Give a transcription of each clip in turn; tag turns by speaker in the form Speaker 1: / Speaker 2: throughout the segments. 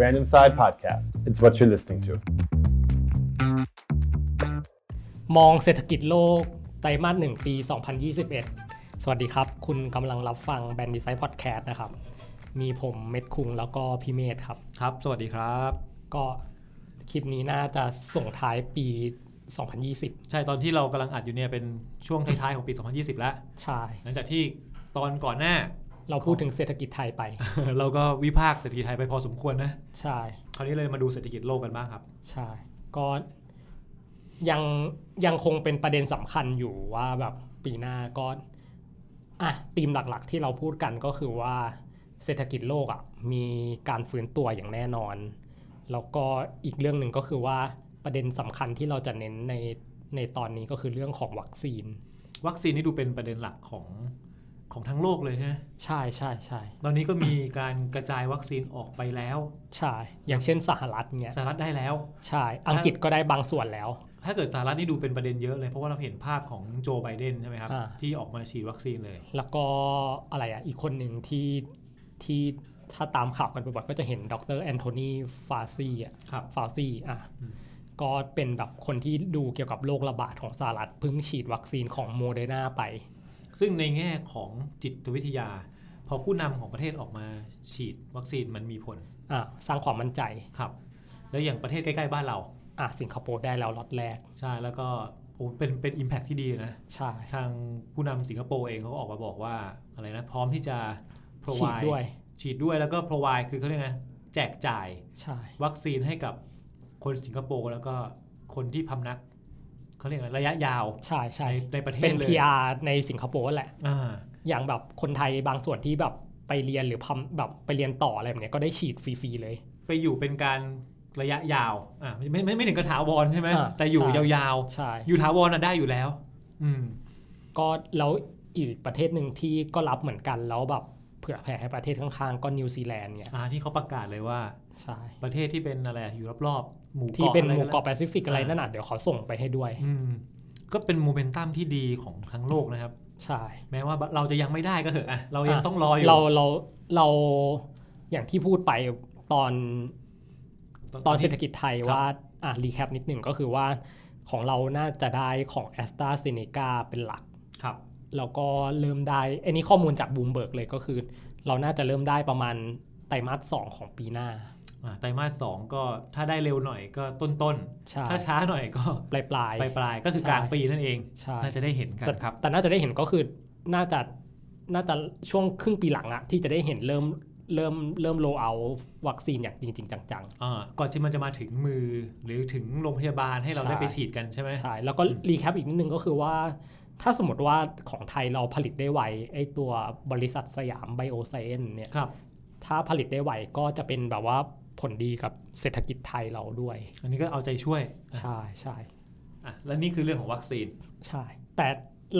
Speaker 1: Random Side Podcast. It's what you're listening to.
Speaker 2: มองเศรษฐกิจโลกไตรมาสหนึ่งปี 2021 สวัสดีครับ คุณกำลังรับฟังแบรนด์ดีไซน์พอดแคสต์นะครับ มีผมเม็ดคุงแล้วก็พี่เมธครับ
Speaker 3: ครับ สวัสดีครับ
Speaker 2: ก็คลิปนี้น่าจะส่งท้ายปี 2020
Speaker 3: ใช่ตอนที่เรากำลังอัดอยู่เนี่ยเป็นช่วงท้ายๆของปี 2020 แล้ว
Speaker 2: ใช่
Speaker 3: หลังจากที่ตอนก่อนหน้า
Speaker 2: เราพูดถึงเศรษฐกิจไทยไป
Speaker 3: เราก็วิพากษ์เศรษฐกิจไทยไปพอสมควรนะ
Speaker 2: ใช่
Speaker 3: คราวนี้เลยมาดูเศรษฐกิจโลกกันบ้างครับ
Speaker 2: ใช่ก็ยังยังคงเป็นประเด็นสำคัญอยู่ว่าแบบปีหน้าก็อ่ะธีมหลักๆ ที่เราพูดกันก็คือว่าเศรษฐกิจโลกอ่ะมีการฟื้นตัวอย่างแน่นอน แล้วก็อีกเรื่องหนึ่งก็คือว่าประเด็นสำคัญที่เราจะเน้นในในตอนนี้ก็คือเรื่องของวัคซีน
Speaker 3: วัคซีนนี่ดูเป็นประเด็นหลักของของทั้งโลกเลยใช่ไหม
Speaker 2: ใช่ใช่ใช่
Speaker 3: ตอนนี้ก็มีการกระจายวัคซีนออกไปแล้ว
Speaker 2: ใช่อย่างเช่นสหรัฐเนี่ย
Speaker 3: สหรัฐได้แล้ว
Speaker 2: ใช่อังกฤษก็ได้บางส่วนแล้ว
Speaker 3: ถ้าเกิดสหรัฐนี่ดูเป็นประเด็นเยอะเลย เพราะว่าเราเห็นภาพของโจไบเดนใช่ไหมครับ
Speaker 2: อ่า
Speaker 3: ที่ออกมาฉีดวัคซีนเลย
Speaker 2: แล้วก็อะไรอ่ะ อีกคนหนึ่งที่ที่ถ้าตามข่าวกันบ่อยๆก็จะเห็นดรแอนโทนีฟาซีอ่ะ
Speaker 3: ครับ
Speaker 2: ฟาซีอ่ะ
Speaker 3: อืม
Speaker 2: ก็เป็นแบบคนที่ดูเกี่ยวกับโรคระบาดของสหรัฐเพิ่งฉีดวัคซีนของโมเดอร์นาไป
Speaker 3: ซึ่งในแง่ของจิตวิทยา พอผู้นำของประเทศออกมาฉีดวัคซีนมันมีผล
Speaker 2: อ่ะสร้างความมั่นใจ
Speaker 3: ครับ แล้วอย่างประเทศใกล้ๆบ้านเรา
Speaker 2: อ่ะสิงคโปร์ได้แล้วล็อตแรก
Speaker 3: ใช่ แล้วก็โอ้เป็นเป็น Impact ที่ดีนะ
Speaker 2: ใช่
Speaker 3: ทางผู้นำสิงคโปร์เองเขาก็ออกมาบอกว่าอะไรนะ พร้อมที่จะ
Speaker 2: ฉีด
Speaker 3: provide
Speaker 2: ด้วย
Speaker 3: ฉีดด้วยแล้วก็ provide คือเขาเรียกไงแจกจ่าย
Speaker 2: ใช่
Speaker 3: วัคซีนให้กับคนสิงคโปร์แล้วก็คนที่พำนักเขาเรียกอะไรระยะยาว
Speaker 2: ใช่
Speaker 3: ใน
Speaker 2: ใช่
Speaker 3: ในประเท
Speaker 2: เป็
Speaker 3: ศ
Speaker 2: น
Speaker 3: เลย
Speaker 2: PR ในสิงคโปร์แหละ
Speaker 3: อ่า
Speaker 2: อย่างแบบคนไทยบางส่วนที่แบบไปเรียนหรือพำแบบไปเรียนต่ออะไรแบบเนี้ยก็ได้ฉีดฟรีๆเลย
Speaker 3: ไปอยู่เป็นการระยะยาวอ่าไม่ไมไม่ไม่ถึงกระถาวรใช่ไหม
Speaker 2: อ่า
Speaker 3: แต่อยู่
Speaker 2: ใช่
Speaker 3: ยาว
Speaker 2: ใช่
Speaker 3: ๆ อยู่ถาวรน่ะได้อยู่แล้ว อืม
Speaker 2: ก็แล้วอีกประเทศหนึ่งที่ก็รับเหมือนกันแล้วแบบเผื่อแผ่ให้ประเทศข้างๆ ก็นิวซีแลนด์เนี่ย
Speaker 3: อ่าที่เขาประกาศเลยว่า
Speaker 2: ใช่
Speaker 3: ประเทศที่เป็นอะไรอะอยู่รอบๆหมู่
Speaker 2: ที่
Speaker 3: เกาะ
Speaker 2: เป็น
Speaker 3: อะไร
Speaker 2: หมู่
Speaker 3: ก็แล้ว
Speaker 2: เกาะแปซิฟิกอะไร
Speaker 3: อ่า
Speaker 2: นั่นน่ะเดี๋ยวขอส่งไปให้ด้วย
Speaker 3: อืมก็เป็นโมเมนตัมที่ดีของทั้งโลกนะครับ
Speaker 2: ใช่
Speaker 3: แม้ว่าเราจะยังไม่ได้ก็เถอะอะเรายังต้องรออยู่
Speaker 2: เราเราเราอย่างที่พูดไปตอนตอนเศรษฐ
Speaker 3: ที่
Speaker 2: กิจไทย
Speaker 3: ครับ
Speaker 2: ว่าอ่ะรีแคปนิดหนึ่งก็คือว่าของเราน่าจะได้ของ a s t r a z e ซ e c a เป็นหลัก
Speaker 3: ครับ
Speaker 2: แล้วก็เริ่มได้อันนี้ข้อมูลจากบูมเบิร์กเลยก็คือ เราน่าจะเริ่มได้ประมาณไตรมาสสองของปีหน้า
Speaker 3: อ่าไตรมาสสองก็ถ้าได้เร็วหน่อยก็ต้นต้น
Speaker 2: ใช่
Speaker 3: ๆถ้าช้าหน่อยก็
Speaker 2: ปลายปลายๆ
Speaker 3: ปลายปลายๆก็คือ
Speaker 2: ใช่
Speaker 3: กลางปีนั่นเอง
Speaker 2: ใช่
Speaker 3: น่าจะได้เห็นกัน
Speaker 2: แต่
Speaker 3: ครับ
Speaker 2: แต่น่าจะได้เห็นก็คือน่าจะน่าจะช่วงครึ่งปีหลังอะที่จะได้เห็นเริ่มเริ่มเริ่มโลเอาวัคซีนอย่างจริง ๆ จัง
Speaker 3: อ่าก่อนที่มันจะมาถึงมือหรือถึงโรงพยาบาลให้เรา
Speaker 2: ใช่
Speaker 3: ได้ไปฉีดกันใช่ไหม
Speaker 2: ๆใช่แล้วก็รีแคปอีกนิดนึงก็คือว่า ถ้าสมมติว่าของไทยเราผลิตได้ไวไอตัวบริษัทสยามไบโอไซเอนเนี่ย
Speaker 3: ครับ
Speaker 2: ถ้าผลิตได้ไวก็จะเป็นแบบว่าผลดีกับเศรษฐกิจไทยเราด้วย
Speaker 3: อันนี้ก็เอาใจช่วย
Speaker 2: ใช่ใช่
Speaker 3: อ่ะและนี่คือเรื่องของวัคซีน
Speaker 2: ใช่ แต่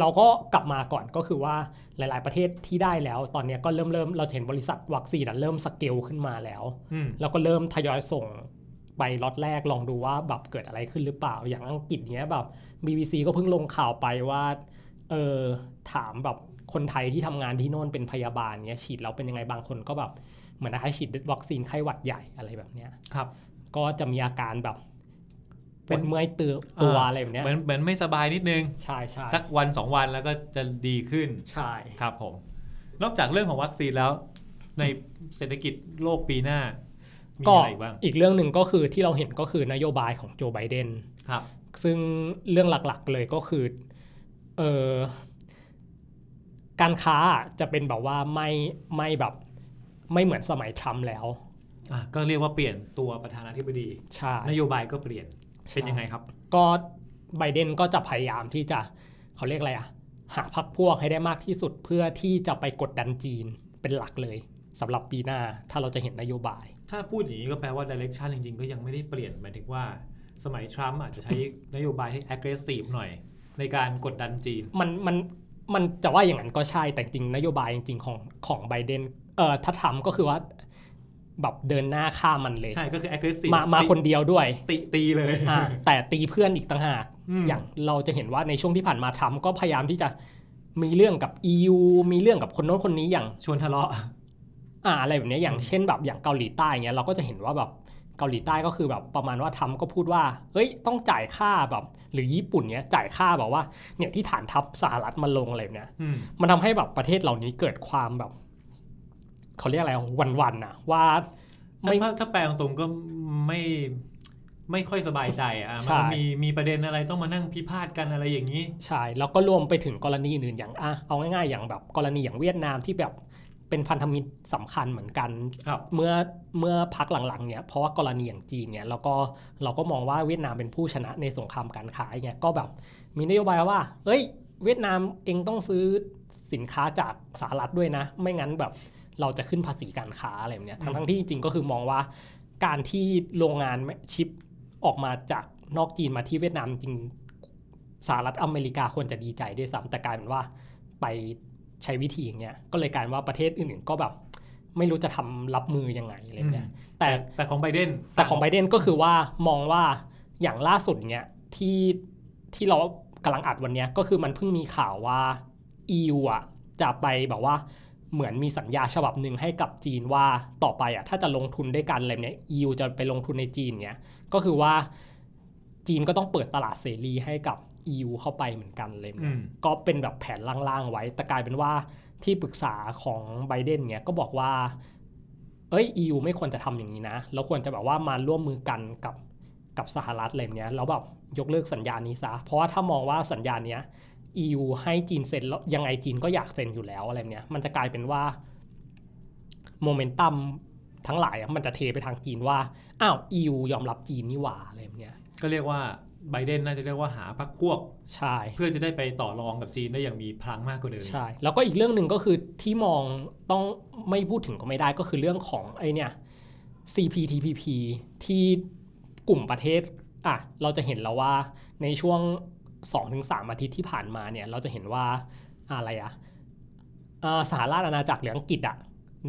Speaker 2: เราก็กลับมาก่อนก็คือว่าหลาย ๆประเทศที่ได้แล้ว ตอนเนี้ยก็เริ่มเริ่มเราเห็นบริษัทวัคซีนอะเริ่มสเกลขึ้นมาแล้ว
Speaker 3: อืม
Speaker 2: แล้วก็เริ่มทยอยส่งไปล็อตแรกลองดูว่าแบบเกิดอะไรขึ้นหรือเปล่า อย่างอังกฤษเนี้ยแบบ BBC ก็เพิ่งลงข่าวไปว่าเออถามแบบคนไทยที่ทำงานที่โน่นเป็นพยาบาลเนี้ยฉีดแล้วเป็นยังไงบางคนก็แบบเหมือนนะคะฉีดวัคซีนไข้หวัดใหญ่อะไรแบบเนี้ย
Speaker 3: ครับ
Speaker 2: ก็จะมีอาการแบบป
Speaker 3: เป็
Speaker 2: วด
Speaker 3: น
Speaker 2: เมื่อยตัวตัว
Speaker 3: อ่า
Speaker 2: อะไรแบบเนี้ย
Speaker 3: เหมือนเหมือนไม่สบายนิดนึง
Speaker 2: ใช่ใช่
Speaker 3: สักวันสองวันแล้วก็จะดีขึ้น
Speaker 2: ใช่
Speaker 3: ครับผม นอกจากเรื่องของวัคซีนแล้ว ในเศรษฐกิจโลกปีหน้า มี
Speaker 2: ก็
Speaker 3: อะไรอีกบ้าง
Speaker 2: อีกเรื่องหนึ่งก็คือที่เราเห็นก็คือนโยบายของโจไบเดน
Speaker 3: ครับ
Speaker 2: ซึ่งเรื่องหลักๆเลยก็คือเออการค้าจะเป็นแบบว่าไม่ไม่แบบไม่เหมือนสมัยทรัมป์แล้ว
Speaker 3: อ่ะก็เรียกว่าเปลี่ยนตัวประธานาธิบดี
Speaker 2: ใช่
Speaker 3: นโยบายก็เปลี่ยน เป็นยังไงครับ
Speaker 2: ก็ไบเดนก็จะพยายามที่จะเขาเรียกอะไรอะหาพักพวกให้ได้มากที่สุดเพื่อที่จะไปกดดันจีนเป็นหลักเลยสำหรับปีหน้าถ้าเราจะเห็นนโยบาย
Speaker 3: ถ้าพูดอย่างนี้ก็แปลว่า direction จริงๆ ก็ยังไม่ได้เปลี่ยนหมายถึงว่า สมัยทรัมป์อาจจะใช้นโยบายที่ aggressive หน่อย ในการกดดันจีน
Speaker 2: มันมันมันจะว่าอย่างนั้นก็ใช่แต่จริงนโยบายจริงๆของของไบเดนเอ่อถ้าทรัมป์ก็คือว่าแบบเดินหน้าข้ามมันเลย
Speaker 3: ใช่ก็คือ aggressive
Speaker 2: มามา
Speaker 3: ตี
Speaker 2: คนเดียวด้วย
Speaker 3: ตีตีเลย
Speaker 2: อ่าแต่ตีเพื่อนอีกต่างหาก
Speaker 3: ม
Speaker 2: อย่างเราจะเห็นว่าในช่วงที่ผ่านมาทรัมป์ก็พยายามที่จะ มีเรื่องกับ EU มีเรื่องกับคนโน้นคนนี้อย่าง
Speaker 3: ชวนทะเลาะ
Speaker 2: อ่าอะไรแบบเนี้ยอย่างเช่นแบบอย่างเกาหลีใต้เงี้ยเราก็จะเห็นว่าแบบเกาหลีใต้ก็คือแบบประมาณว่าทำก็พูดว่าเฮ้ยต้องจ่ายค่าแบบ หรือญี่ปุ่นเนี้ยจ่ายค่าแบบว่าเนี่ยที่ฐานทัพสหรัฐมาลงอะไรแบบเนี้ย
Speaker 3: อืม
Speaker 2: มันทำให้แบบประเทศเหล่านี้เกิดความแบบเขาเรียกอะไรวันวันๆนะว่า
Speaker 3: ถ้า
Speaker 2: ไม่
Speaker 3: ถ้าแปลตรงๆก็ไม่ไม่ค่อยสบายใจอ่ะ
Speaker 2: ใช่
Speaker 3: มันมีมีประเด็นอะไรต้องมานั่งพิพาทกันอะไรอย่างนี้
Speaker 2: ใช่แล้วก็รวมไปถึงกรณีอื่นๆอย่างอ่ะเอาง่ายๆ อย่างแบบกรณีอย่างเวียดนามที่แบบเป็นพันธมิตรสำคัญเหมือนกัน
Speaker 3: ครับ
Speaker 2: เมื่อเมื่อพักหลังๆเนี่ยเพราะว่ากรณีอย่างจีนเนี่ยแล้วก็เราก็มองว่าเวียดนามเป็นผู้ชนะในสงครามการค้าเนี่ยก็แบบมีนโยบายว่า เอ้ย เวียดนามเองต้องซื้อสินค้าจากสหรัฐด้วยนะ ไม่งั้นแบบเราจะขึ้นภาษีการค้าอะไรแบบเนี้ย
Speaker 3: อืม
Speaker 2: ทั้งทั้งๆที่จริงๆก็คือมองว่าการที่โรงงานชิปออกมาจากนอกจีนมาที่เวียดนามจริงสหรัฐอเมริกาควรจะดีใจด้วยซ้ำแต่กลายเป็นว่าไปใช้วิธีอย่างเงี้ยก็เลยกลายเป็นว่าประเทศอื่นๆก็แบบ ไม่รู้จะทำรับมือยังไงอะไรแบบเนี้ยแต่
Speaker 3: แต่ของไบเดน
Speaker 2: แต่ของไบเดนก็คือว่ามองว่าอย่างล่าสุดเนี่ยที่ที่เรากำลังอัดวันเนี้ยก็คือมันเพิ่งมีข่าวว่า EU อ่ะจะไปแบบว่าเหมือนมีสัญญาฉบับหนึ่งให้กับจีนว่าต่อไปอ่ะถ้าจะลงทุนด้วยกันอะไรเนี้ย EU จะไปลงทุนในจีนเนี้ยก็คือว่าจีนก็ต้องเปิดตลาดเสรีให้กับ EU เข้าไปเหมือนกันเลย
Speaker 3: อืม
Speaker 2: ก็เป็นแบบแผนล่างๆไว้ แต่กลายเป็นว่าที่ปรึกษาของไบเดนเนี่ยก็บอกว่า เอ้ย EU ไม่ควรจะทำอย่างนี้นะ แล้วควรจะแบบว่ามาร่วมมือกันกับกับสหรัฐอะไรแบบเนี้ยแล้วแบบยกเลิกสัญญานี้ซะ เพราะว่าถ้ามองว่าสัญญาเนี้ย EU ให้จีนเซ็นแล้วยังไงจีนก็อยากเซ็นอยู่แล้วอะไรแบบเนี้ยมันจะกลายเป็นว่าโมเมนตัมทั้งหลายอะมันจะเทไปทางจีนว่า อ้าว EU ยอมรับจีนนี่หว่าอะไรแบบเนี้ย
Speaker 3: ก็เรียกว่าไบเดนน่าจะเรียกว่าหาพรรคพวก
Speaker 2: ใช่
Speaker 3: เพื่อจะได้ไปต่อรองกับจีนได้อย่างมีพลังมากกว่าเดิม
Speaker 2: ใช่ แล้วก็อีกเรื่องหนึ่งก็คือที่มองต้องไม่พูดถึงก็ไม่ได้ก็คือเรื่องของไอเนี่ย CPTPP ที่กลุ่มประเทศอ่ะเราจะเห็นแล้วว่าในช่วง 2-3 อาทิตย์ที่ผ่านมาเนี่ยเราจะเห็นว่าอะไรอะอ่าสหราชอาณาจักรหรืออังกฤษอะ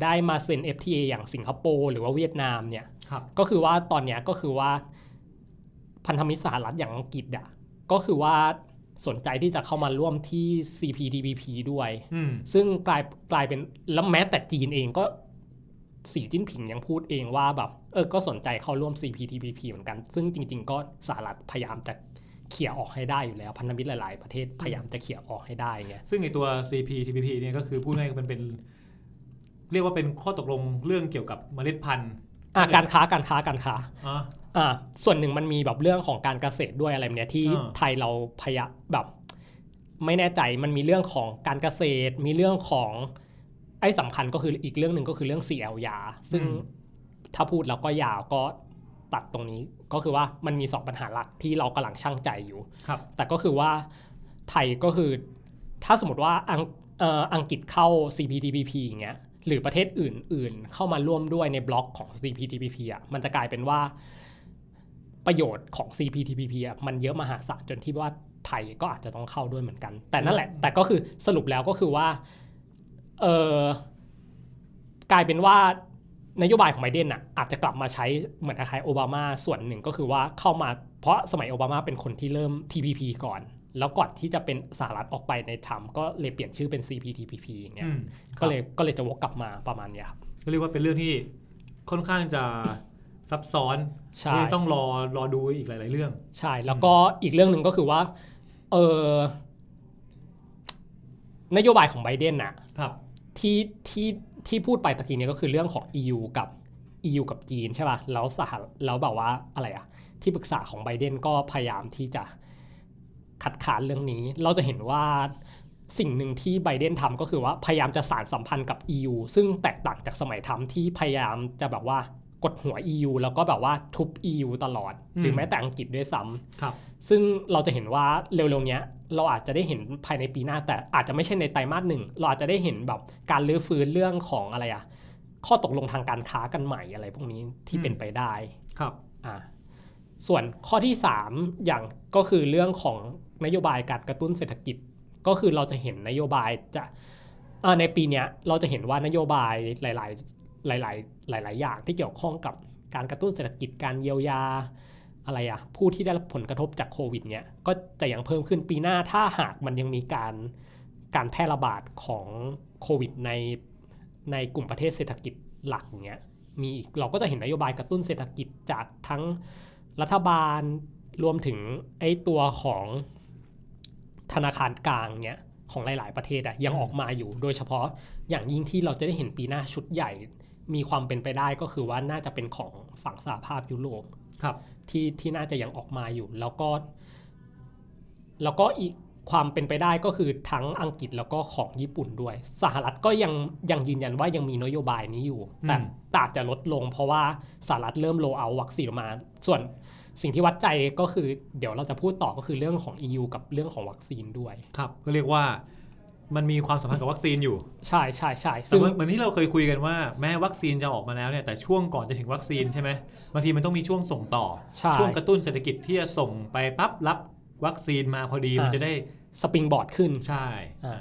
Speaker 2: ได้มาเซ็น FTA อย่างสิงคโปร์หรือว่าเวียดนามเนี่ย
Speaker 3: ครับ
Speaker 2: ก็คือว่าตอนเนี้ยก็คือว่าพันธมิตรสหรัฐอย่างอังกฤษอ่ะก็คือว่าสนใจที่จะเข้ามาร่วมที่ CPTPP ด้วย
Speaker 3: อืม
Speaker 2: ซึ่งกลายกลายเป็นแล้วแม้แต่จีนเองก็สีจิ้นผิงยังพูดเองว่าแบบเออก็สนใจเข้าร่วม CPTPP เหมือนกัน ซึ่งจริง ๆ ก็สหรัฐพยายามจะเขี่ยออกให้ได้อยู่แล้ว พันธมิตรหลาย ๆ ประเทศพยายามจะเขี่ยออกให้ได้ไง
Speaker 3: ซึ่งไอตัว CPTPP เนี่ยก็คือพูดง่ายๆมันเป็น เรียกว่าเป็นข้อตกลงเรื่องเกี่ยวกับเมล็ดพันธุ์
Speaker 2: อ่ะการค้าการค้าการค้า
Speaker 3: อ๋อ
Speaker 2: อ่าส่วนหนึ่งมันมีแบบเรื่องของการเกษตรด้วยอะไรแบบเนี้ยที่
Speaker 3: อ่า
Speaker 2: ไทยเราพยะแบบ ไม่แน่ใจมันมีเรื่องของการเกษตร มีเรื่องของไอ้สำคัญก็คืออีกเรื่องหนึ่งก็คือเรื่อง CL ยาซึ่งถ้าพูดแล้วก็ยาวก็ตัดตรงนี้ ก็คือว่ามันมีสองปัญหาหลักที่เรากำลังชั่งใจอยู่
Speaker 3: ครับ
Speaker 2: แต่ก็คือว่าไทยก็คือถ้าสมมติว่าอังเอ่ออังกฤษเข้า CPTPP อย่างเงี้ยหรือประเทศอื่น ๆ เข้ามาร่วมด้วยในบล็อกของ CPTPP อ่ะมันจะกลายเป็นว่าประโยชน์ของ CPTPP อ่ะมันเยอะมหาศาลจนที่ว่าไทยก็อาจจะต้องเข้าด้วยเหมือนกัน แต่นั่นแหละ แต่ก็คือสรุปแล้วก็คือว่าเออกลายเป็นว่านโยบายของไบเดนอ่ะอาจจะกลับมาใช้เหมือนคล้ายๆโอบามาส่วนหนึ่งก็คือว่าเข้ามาเพราะสมัยโอบามาเป็นคนที่เริ่ม TPP ก่อน แล้วก่อนที่จะเป็นสหรัฐออกไปในทรัมป์ก็เลยเปลี่ยนชื่อเป็น CPTPP อย่างเงี้ย
Speaker 3: อืม
Speaker 2: ก็เลยก็เลยจะวกกลับมาประมาณเนี้ยครับ
Speaker 3: ก็เรียกว่าเป็นเรื่องที่ค่อนข้างจะซับซ้อน
Speaker 2: ใช่
Speaker 3: เรื่องต้องรอรอดูอีกหลาย ๆ เรื่อง
Speaker 2: ใช่แล้วก็อีกเรื่องหนึ่งก็คือว่าเออนโยบายของไบเดนน่ะ
Speaker 3: ครับ
Speaker 2: ที่ที่ที่พูดไปตะกี้เนี้ก็คือเรื่องของ EU กับ EU กับจีนใช่ป่ะแล้วสหรัฐแล้วแบบว่าอะไรอะที่ปรึกษาของไบเดนก็พยายามที่จะขัดขานเรื่องนี้ เราจะเห็นว่าสิ่งหนึ่งที่ไบเดนทำก็คือว่าพยายามจะสานสัมพันธ์กับ EU ซึ่งแตกต่างจากสมัยทำที่พยายามจะแบบว่ากดหัว EU แล้วก็แบบว่าทุบ EU ตลอด หรือแม้แต่อังกฤษด้วยซ้ำ
Speaker 3: ครับ
Speaker 2: ซึ่งเราจะเห็นว่าเร็วๆเนี้ยเราอาจจะได้เห็นภายในปีหน้า แต่อาจจะไม่ใช่ในไตรมาสหนึ่งเราอาจจะได้เห็นแบบการรื้อฟื้นเรื่องของอะไรอะข้อตกลงทางการค้ากันใหม่อะไรพวกนี้ที่
Speaker 3: อืม
Speaker 2: เป็นไปได้
Speaker 3: ครับ
Speaker 2: อ่าส่วนข้อที่ 3 อย่างก็คือเรื่องของนโยบายการกระตุ้นเศรษฐกิจ ก็คือเราจะเห็นนโยบายจะอ่าในปีเนี้ยเราจะเห็นว่านโยบายหลาย ๆ หลาย ๆ หลาย ๆ อย่างที่เกี่ยวข้องกับการกระตุ้นเศรษฐกิจการเยียวยา อะไรอะผู้ที่ได้รับผลกระทบจากโควิดเนี่ยก็จะยังเพิ่มขึ้นปีหน้าถ้าหากมันยังมีการ การแพร่ระบาดของโควิดในในกลุ่มประเทศเศรษฐกิจหลักอย่างเงี้ยมีอีกเราก็จะเห็นนโยบายกระตุ้นเศรษฐกิจจากทั้งรัฐบาลรวมถึงไอ้ตัวของธนาคารกลางเนี้ยของหลาย ๆ ประเทศอะยังออกมาอยู่ โดยเฉพาะอย่างยิ่งที่เราจะได้เห็นปีหน้าชุดใหญ่ มีความเป็นไปได้ก็คือว่าน่าจะเป็นของฝั่งสหภาพยุโรป
Speaker 3: ครับ
Speaker 2: ที่ที่น่าจะยังออกมาอยู่ แล้วก็ แล้วก็อีกความเป็นไปได้ก็คือทั้งอังกฤษแล้วก็ของญี่ปุ่นด้วย สหรัฐก็ยังยังยืนยันว่ายังมีนโยบายนี้อยู่ แต่
Speaker 3: อืม
Speaker 2: แต่อาจจะลดลง เพราะว่าสหรัฐเริ่มโลเอาวัคซีนออกมา ส่วนสิ่งที่วัดใจก็คือ เดี๋ยวเราจะพูดต่อก็คือเรื่องของ EU กับเรื่องของวัคซีนด้วย
Speaker 3: ครับก็เรียกว่ามันมีความสัมพันธ์กับวัคซีนอยู่
Speaker 2: ใช่ใช่ใช่
Speaker 3: แต่
Speaker 2: ซึ่ง
Speaker 3: ว่าเหมือนที่เราเคยคุยกันว่าแม้วัคซีนจะออกมาแล้วเนี่ยแต่ช่วงก่อนจะถึงวัคซีนใช่ไหมบางทีมันต้องมีช่วงส่งต่อ
Speaker 2: ใช่
Speaker 3: ช่วงกระตุ้นเศรษฐกิจที่จะส่งไปปั๊บรับวัคซีนมาพอดี
Speaker 2: อ่ามั
Speaker 3: มันจะได้
Speaker 2: สปริงบอร์ดขึ้น
Speaker 3: ใช่
Speaker 2: อ่า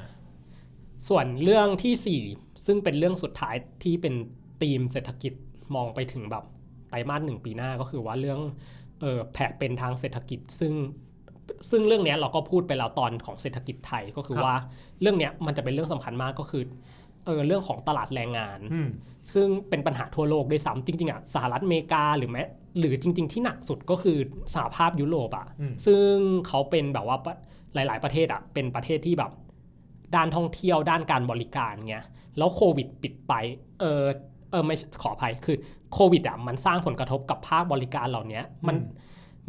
Speaker 2: ส่วนเรื่องที่ 4 ซึ่งเป็นเรื่องสุดท้ายที่เป็นธีมเศรษฐกิจมองไปถึงแบบไตรมาสหนึ่งปีหน้าก็คือว่าเรื่องเออแผนเป็นทางเศรษฐกิจซึ่งซึ่งเรื่องเนี้ยเราก็พูดไปแล้วตอนของเศรษฐกิจไทยก็คือว่าเรื่องเนี้ยมันจะเป็นเรื่องสำคัญมากก็คือเออเรื่องของตลาดแรงงาน
Speaker 3: อืม
Speaker 2: ซึ่งเป็นปัญหาทั่วโลกด้วยซ้ำจริงๆอ่ะสหรัฐอเมริกาหรือแม้หรือจริง ๆ ที่หนักสุดก็คือสหภาพยุโรปอ่ะ
Speaker 3: อืม
Speaker 2: ซึ่งเขาเป็นแบบว่าประหลาย ๆ ประเทศอ่ะเป็นประเทศที่แบบ ด้านท่องเที่ยวด้านการบริการเงี้ยแล้วโควิดปิดไปเออเออไม่ใช่ขออภัยคือโควิดอ่ะมันสร้างผลกระทบกับภาคบริการเหล่าเนี้ยมัน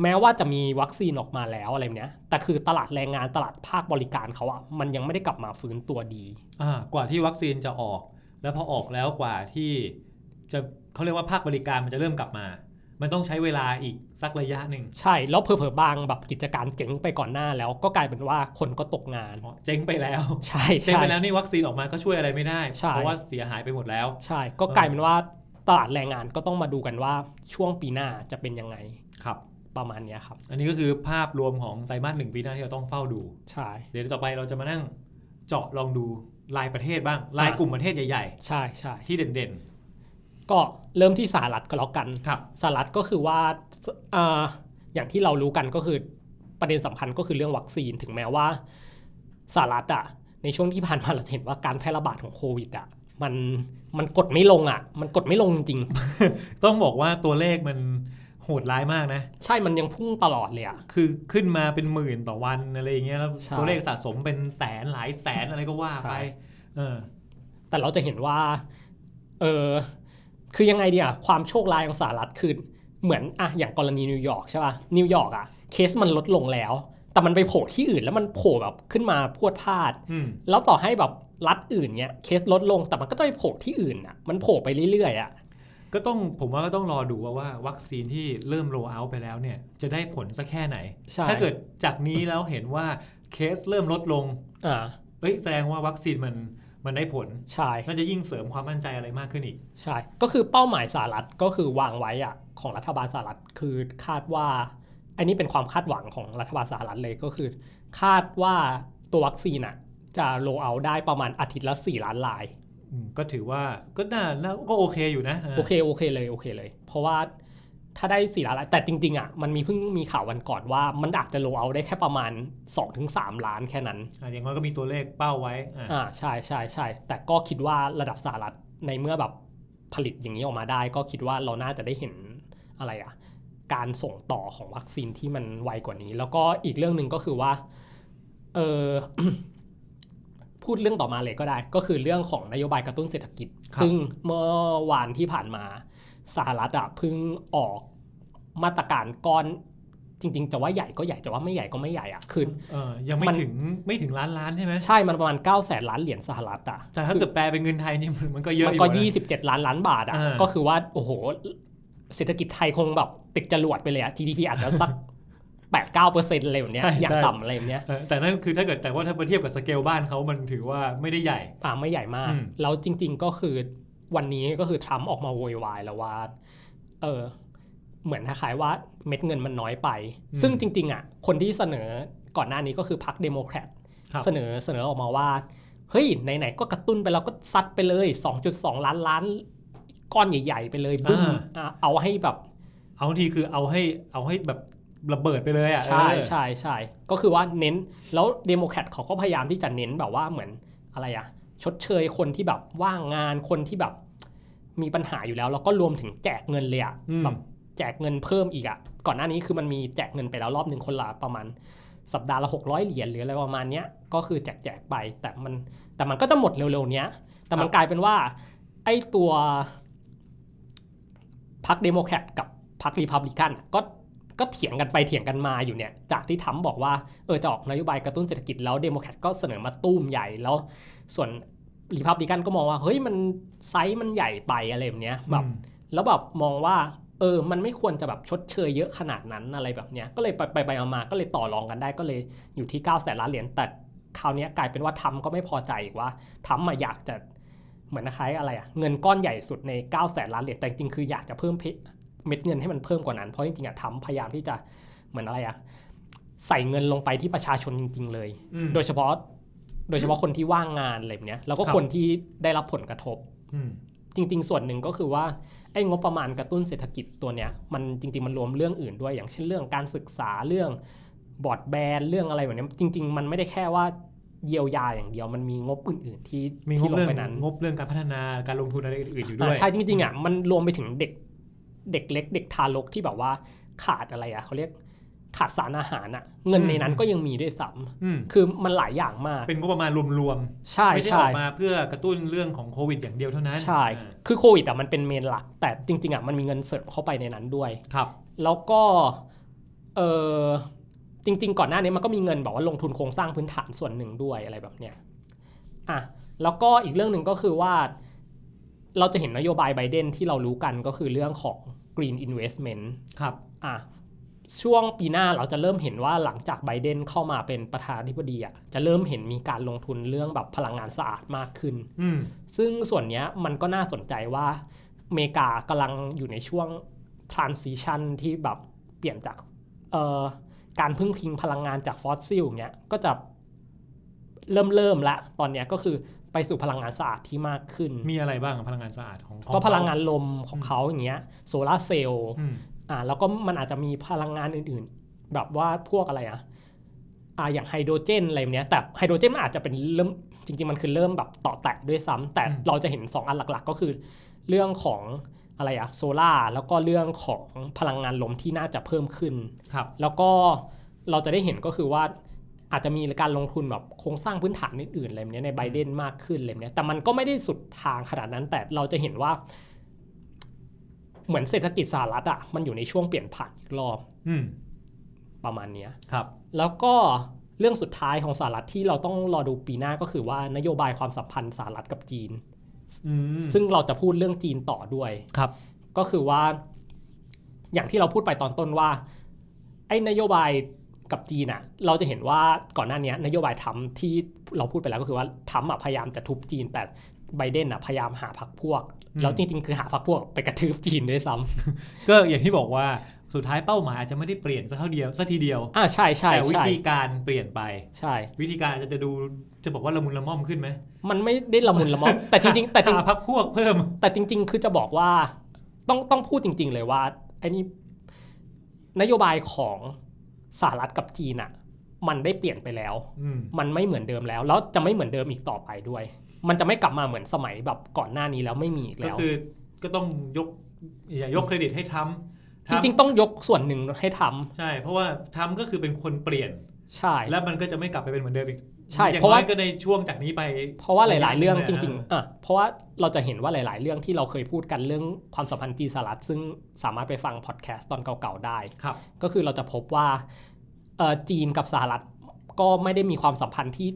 Speaker 2: แม้ว่าจะมีวัคซีนออกมาแล้วอะไรแบบเนี้ยแต่คือตลาดแรงงานตลาดภาคบริการเขาอ่ะมันยังไม่ได้กลับมาฟื้นตัวดี
Speaker 3: อ่ากว่าที่วัคซีนจะออก แล้วพอออกแล้วกว่าที่จะเขาเรียกว่าภาคบริการมันจะเริ่มกลับมา มันต้องใช้เวลาอีกสักระยะหนึ่ง
Speaker 2: ใช่ แล้วเผลอๆบางแบบกิจการเจ๊งไปก่อนหน้าแล้วก็กลายเป็นว่าคนก็ตกงาน
Speaker 3: อ๋อเจ๊งไปแล้ว
Speaker 2: ใช่
Speaker 3: เจ๊ง
Speaker 2: ใช่
Speaker 3: ไปแล้วนี่วัคซีนออกมาก็ช่วยอะไรไม่ได้
Speaker 2: ใช่
Speaker 3: เพราะว่าเสียหายไปหมดแล้ว
Speaker 2: ใช่ ก็กลายเป็นว่าตลาดแรงงานก็ต้องมาดูกันว่าช่วงปีหน้าจะเป็นยังไง
Speaker 3: ครับ
Speaker 2: ประมาณเนี้ยครับ
Speaker 3: อันนี้ก็คือภาพรวมของไตรมาสหนึ่งปีหน้าที่เราต้องเฝ้าดู
Speaker 2: ใช่
Speaker 3: เดี๋ยวต่อไปเราจะมานั่งเจาะลองดูรายประเทศบ้าง รายกลุ่มประเทศใหญ่
Speaker 2: ใช่ใช่
Speaker 3: ๆ ที่เด่น
Speaker 2: ก็เริ่มที่สหรัฐก็แล้วกัน
Speaker 3: ๆ ครับ
Speaker 2: สหรัฐก็คือว่าเอ่ออย่างที่เรารู้กันก็คือประเด็นสำคัญก็คือเรื่องวัคซีนถึงแม้ว่าสหรัฐอะในช่วงที่ผ่านมาเราจะเห็นว่าการแพร่ระบาดของโควิดอะมันมันกดไม่ลงอะมันกดไม่ลงจริง
Speaker 3: ต้องบอกว่าตัวเลขมันโหดร้ายมากนะ
Speaker 2: ใช่ มันยังพุ่งตลอดเลยอะ
Speaker 3: คือขึ้นมาเป็นหมื่นต่อวันอะไรอย่างเงี้ยแล้ว
Speaker 2: ใช่
Speaker 3: ตัวเลขสะสมเป็นแสนหลายแสนอะไรก็ว่าไป
Speaker 2: ใช่
Speaker 3: เออ
Speaker 2: แต่เราจะเห็นว่า เออคือยังไงดีอะความโชคร้ายของสหรัฐคือ เหมือนอะอย่างกรณีนิวยอร์กใช่ป่ะ นิวยอร์กอะเคสมันลดลงแล้ว แต่มันไปโผล่ที่อื่นแล้วมันโผล่แบบขึ้นมาพรวดพลาด
Speaker 3: อืม
Speaker 2: แล้วต่อให้แบบรัฐอื่นเนี้ยเคสลดลง แต่มันก็จะไปโผล่ที่อื่นอะมันโผล่ไปเรื่อยๆอะ
Speaker 3: ก็ต้องผมว่าก็ต้องรอดูว่าว่าวัคซีนที่เริ่มโรเอาไปแล้วเนี่ย จะได้ผลสักแค่ไหน
Speaker 2: ใช่
Speaker 3: ถ้าเกิดจากนี้แล้วเห็นว่าเคสเริ่มลดลง
Speaker 2: อ่า
Speaker 3: เอ้ยแสดงว่าวัคซีนมันมันได้ผล
Speaker 2: ใช่
Speaker 3: น่าจะยิ่งเสริมความมั่นใจอะไรมากขึ้นอีก
Speaker 2: ใช่ ก็คือเป้าหมายสหรัฐก็คือวางไว้อะของรัฐบาลสหรัฐคือคาดว่า อันนี้เป็นความคาดหวังของรัฐบาลสหรัฐเลยก็คือ คาดว่าตัววัคซีนอะจะโลเอาได้ประมาณอาทิตย์ละ 4 ล้านลาย
Speaker 3: ก็ถือว่าก็น่าน่าก็โอเคอยู่นะ
Speaker 2: โอเคโอเคเลยโอเคเลย เพราะว่าถ้าได้ 4 ล้านลาย แต่จริงๆอะมันมีเพิ่งมีข่าววันก่อนว่ามันอาจจะโลเอาได้แค่ประมาณ 2-3 ล้านแค่นั้น
Speaker 3: อ่ะอย่างน้อยก็มีตัวเลขเป้าไว้อ่ะ
Speaker 2: อ่าใช่ใช่ใช่แต่ก็คิดว่าระดับสหรัฐในเมื่อแบบผลิตอย่างนี้ออกมาได้ ก็คิดว่าเราน่าจะได้เห็นอะไรอะการส่งต่อของวัคซีนที่มันไวกว่านี้ แล้วก็อีกเรื่องหนึ่งก็คือว่าเออ พูดเรื่องต่อมาเลยก็ได้ ก็คือเรื่องของนโยบายกระตุ้นเศรษฐกิจ ซึ่งเมื่อวานที่ผ่านมาสหรัฐอะเพิ่งออกมาตรการก้อนจริง ๆ จะว่าใหญ่ก็ใหญ่แต่ว่าไม่ใหญ่ก็ไม่ใหญ่อะคือ
Speaker 3: เออยังไม่
Speaker 2: มัน
Speaker 3: ถึงไม่ถึงล้านล้านใช่ไหม
Speaker 2: ใช่มันประมาณ9ก้าแสนล้านเหรียญสหรัฐอะ
Speaker 3: แต่ถ้าเกิดแปลเป็นเงินไทยจริงๆมันก็เยอะ
Speaker 2: มัน
Speaker 3: อยู่
Speaker 2: ก็
Speaker 3: นะ
Speaker 2: ยี่สิบเจ็ดล้านล้านบาทอ่ะ
Speaker 3: อ่า
Speaker 2: ก็คือว่า โอ้โห เศรษฐกิจไทยคงแบบติดจรวดไปเลยอ่ะ GDP อาจจะสักแปดเก้าเปอร์เซ็นต์อะไรแบบเนี้ย อย่างต่ำอะไรแบบเนี้ย
Speaker 3: เออแต่นั่นคือถ้าเกิดแต่ว่าถ้าเทียบกับสเกลบ้านเขามันถือว่าไม่ได้ใหญ่
Speaker 2: อ่าไม่ใหญ่มาก
Speaker 3: อืม
Speaker 2: แล้วจริง ๆ ก็คือวันนี้ก็คือทรัมป์ออกมาโวยวายแล้วว่า เออ เหมือนคล้ายๆว่าเม็ดเงินมันน้อยไป ซึ่งจริง ๆ อ่ะ คนที่เสนอก่อนหน้านี้ก็คือพรรคเดโมแครต
Speaker 3: ครับ
Speaker 2: เสนอเสนอออกมาว่า เฮ้ย ไหน ๆ ก็กระตุ้นไปแล้วก็ซัดไปเลย 2.2 ล้านล้าน ก้อนใหญ่ ๆ ไปเลยบึ้ม
Speaker 3: อ่า
Speaker 2: อ่ะเอาให้แบบ
Speaker 3: เอาทีคือเอาให้เอาให้แบบ ระเบิดไปเลยอ่ะ
Speaker 2: ใช่
Speaker 3: เออ
Speaker 2: ใช่ใช่ก็คือว่าเน้นแล้วเดโมแครตเขาก็พยายามที่จะเน้นแบบว่าเหมือนอะไรอะชดเชยคนที่แบบว่างงานคนที่แบบมีปัญหาอยู่แล้ว แล้วก็รวมถึงแจกเงินเลยอะ
Speaker 3: อืม
Speaker 2: แบบแจกเงินเพิ่มอีกอะก่อนหน้านี้คือมันมีแจกเงินไปแล้วรอบหนึ่งคนละประมาณ สัปดาห์ละ600เหรียญหรืออะไรประมาณเนี้ยก็คือแจกแจกๆไปแต่มันแต่มันก็จะหมดเร็วๆเนี้ย แต่มันกลายเป็นว่า ไอ้ตัว พรรคเดโมแครตกับพรรครีพับลิกันก็ก็เถียงกันไปเถียงกันมาอยู่เนี่ย จากที่ทรัมป์บอกว่าเออจะออกนโยบายกระตุ้นเศรษฐกิจแล้วเดโมแครตก็เสนอมาตุ้มใหญ่แล้ว ส่วนรีพับลิกันก็มองว่า เฮ้ยมันไซส์มันใหญ่ไปอะไรแบบเนี้ยแบบ แล้วแบบมองว่า เออ มันไม่ควรจะแบบชดเชยเยอะขนาดนั้นอะไรแบบเนี้ย ก็เลยไปไปไปมามาก็เลยต่อรองกันได้ก็เลยอยู่ที่9ก้าแสนล้านเหรียญ แต่คราวเนี้ยกลายเป็นว่าทำก็ไม่พอใจอีกว่าทำมาอยากจะเหมือนคล้ายๆอะไรอะเงินก้อนใหญ่สุดใน9ก้าแสนล้านเหรียญ แต่จริงๆคืออยากจะเพิ่มเพเม็ดเงินให้มันเพิ่มกว่านั้น เพราะจริงๆอะทำพยายามที่จะเหมือนอะไรอะใส่เงินลงไปที่ประชาชนจริง ๆ เลย
Speaker 3: อืม
Speaker 2: โดยเฉพาะ โดยเฉพาะคนที่ว่างงานอะไรแบบเนี้ย แล้วก็
Speaker 3: ครับ
Speaker 2: คนที่ได้รับผลกระทบ
Speaker 3: อืม
Speaker 2: จริงๆ ส่วนหนึ่งก็คือว่าไอ้งบประมาณกระตุ้นเศรษฐกิจตัวเนี้ยมันจริง ๆ มันรวมเรื่องอื่นด้วย อย่างเช่นเรื่องการศึกษาเรื่องบอร์ดแบนเรื่องอะไรแบบเนี้ยจริง ๆ มันไม่ได้แค่ว่าเยียวยาอย่างเดียวมันมีงบอื่น ๆ ที่
Speaker 3: มีง
Speaker 2: ที่
Speaker 3: บ
Speaker 2: ลง
Speaker 3: เรื่อง
Speaker 2: ไปนั้น
Speaker 3: งบเรื่องการพัฒนาการลงทุนอะไรอื่นๆอยู่ด้
Speaker 2: อ่า
Speaker 3: วย
Speaker 2: ใช่จริงๆอ่ะมันรวมไปถึงเด็กเด็กเล็ก เด็กทารกที่แบบว่าขาดอะไรอ่ะเขาเรียกขาดสารอาหารอ่ะเงินในนั้นก็ยังมีด้วยซ้
Speaker 3: อืม
Speaker 2: ำคือมันหลายอย่างมาก
Speaker 3: เป็นงบประมาณรวมๆ
Speaker 2: ใช่
Speaker 3: ไม่ใช่อ
Speaker 2: ใช่
Speaker 3: อกมาเพื่อกระตุ้นเรื่องของโควิดอย่างเดียวเท่านั้น
Speaker 2: ใช่
Speaker 3: อ่า
Speaker 2: คือโควิดอ่ะมันเป็นเมนหลัก แต่จริงๆอ่ะมันมีเงินเสริมเข้าไปในนั้นด้วย
Speaker 3: ครับ
Speaker 2: แล้วก็ เออจริง ๆ ก่อนหน้านี้มันก็มีเงินแบบว่าลงทุนโครงสร้างพื้นฐานส่วนหนึ่งด้วยอะไรแบบเนี้ย อ่ะ แล้วก็อีกเรื่องหนึ่งก็คือว่า เราจะเห็นนโยบายไบเดนที่เรารู้กันก็คือเรื่องของ Green Investment
Speaker 3: ครับ
Speaker 2: อ่ะ ช่วงปีหน้าเราจะเริ่มเห็นว่าหลังจากไบเดนเข้ามาเป็นประธานาธิบดีอ่ะ จะเริ่มเห็นมีการลงทุนเรื่องแบบพลังงานสะอาดมากขึ้น
Speaker 3: อืม
Speaker 2: ซึ่งส่วนเนี้ยมันก็น่าสนใจว่าอเมริกากำลังอยู่ในช่วง transition ที่แบบเปลี่ยนจากเอ่อการพึ่งพิงพลังงานจากฟอสซิลเนี้ยก็จะเริ่มเริ่มละตอนเนี้ยก็คือไปสู่พลังงานสะอาดที่มากขึ้น
Speaker 3: มีอะไรบ้างพลังงานสะอาดของ
Speaker 2: ก็พลังงานลมของเขาอย่างเงี้ยโซลาร์เซลล์
Speaker 3: อืม
Speaker 2: อ่าแล้วก็มันอาจจะมีพลังงานอื่นๆ แบบว่าพวกอะไรอะอ่าอย่างไฮโดรเจนอะไรแบบเนี้ยแต่ไฮโดรเจนมันอาจจะเป็นเริ่มจริงๆ มันคือเริ่มแบบต่อแตะด้วยซ้ำแต่เราจะเห็น 2 อันหลักๆ ก็คือ เรื่องของอะไรอะโซลา่าแล้วก็เรื่องของพลังงานลมที่น่าจะเพิ่มขึ้น
Speaker 3: ครับ
Speaker 2: แล้วก็เราจะได้เห็นก็คือว่าอาจจะมีการลงทุนแบบโครงสร้างพื้นฐานอื่นๆอะไรแบบเนี้ยในไบเดนมากขึ้นอะไรแบบเนี้ยแต่มันก็ไม่ได้สุดทางขนาดนั้นแต่เราจะเห็นว่า เหมือนเศรษฐกิจสหรัฐอะมันอยู่ในช่วงเปลี่ยนผ่านอีกรอบ
Speaker 3: อืม
Speaker 2: ประมาณเนี้ย
Speaker 3: ครับ
Speaker 2: แล้วก็เรื่องสุดท้ายของสหรัฐที่เราต้องรอดูปีหน้าก็คือว่านโยบายความสัมพันธ์สหรัฐกับจีน
Speaker 3: อืม
Speaker 2: ซึ่งเราจะพูดเรื่องจีนต่อด้วย
Speaker 3: ครับ
Speaker 2: ก็คือว่าอย่างที่เราพูดไปตอนต้นว่า ไอ้นโยบายกับจีนอะเราจะเห็นว่าก่อนหน้าเนี้ยนโยบายทรัมป์ที่เราพูดไปแล้วก็คือว่าทรัมป์อะพยายามจะทุบจีน แต่ไบเดนอะพยายามหาพรรคพวก แล้วจริง ๆ คือหาพรรคพวกไปกระทืบจีนด้วยซ้ำ
Speaker 3: ก็อย่างที่บอกว่าสุดท้ายเป้าหมายอาจจะไม่ได้เปลี่ยนสักเท่าเดียวสักทีเดียว
Speaker 2: อ่าใช่ใช่
Speaker 3: แต่วิ
Speaker 2: ใช่
Speaker 3: ธีการเปลี่ยนไป
Speaker 2: ใช่
Speaker 3: วิธีการอาจจะดูจะบอกว่าละมุนละม่อมขึ้นไหม
Speaker 2: มันไม่ได้ละมุนละม่อมแต่จริงๆแต่จริง
Speaker 3: หาพักพวกเพิ่ม
Speaker 2: แต่จริง ๆ คือจะบอกว่าต้องต้องพูดจริง ๆ เลยว่าไอ้นี่นโยบายของสหรัฐกับจีนอะมันได้เปลี่ยนไปแล้ว
Speaker 3: อืม
Speaker 2: มันไม่เหมือนเดิมแล้ว แล้วจะไม่เหมือนเดิมอีกต่อไปด้วย มันจะไม่กลับมาเหมือนสมัยแบบก่อนหน้านี้แล้วไม่มีอีก
Speaker 3: ก็
Speaker 2: แล้ว
Speaker 3: คือก็ต้องยกอย่ายกเครดิตให้ทำ
Speaker 2: จริง ๆ ต้องยกส่วนหนึ่งให้ทำ
Speaker 3: ใช่ เพราะว่าทำก็คือเป็นคนเปลี่ยน
Speaker 2: ใช่
Speaker 3: แล้วมันก็จะไม่กลับไปเป็นเหมือนเดิมอีก
Speaker 2: ใช่
Speaker 3: อย่ง
Speaker 2: เพราะว่า
Speaker 3: น้อยก็ในช่วงจากนี้ไป
Speaker 2: เพราะว่าหลาย ๆ เรื่อง
Speaker 3: อย่าง
Speaker 2: จ
Speaker 3: หนึ่ง
Speaker 2: ริง
Speaker 3: เลยนะ
Speaker 2: ๆอ่ะเพราะว่าเราจะเห็นว่าหลาย ๆ เรื่องที่เราเคยพูดกันเรื่องความสัมพันธ์จีนสหรัฐซึ่งสามารถไปฟังพอดแคสต์ตอนเก่าๆได้
Speaker 3: ครับ
Speaker 2: ก็คือเราจะพบว่าเอ่อจีนกับสหรัฐก็ไม่ได้มีความสัมพันธ์ที่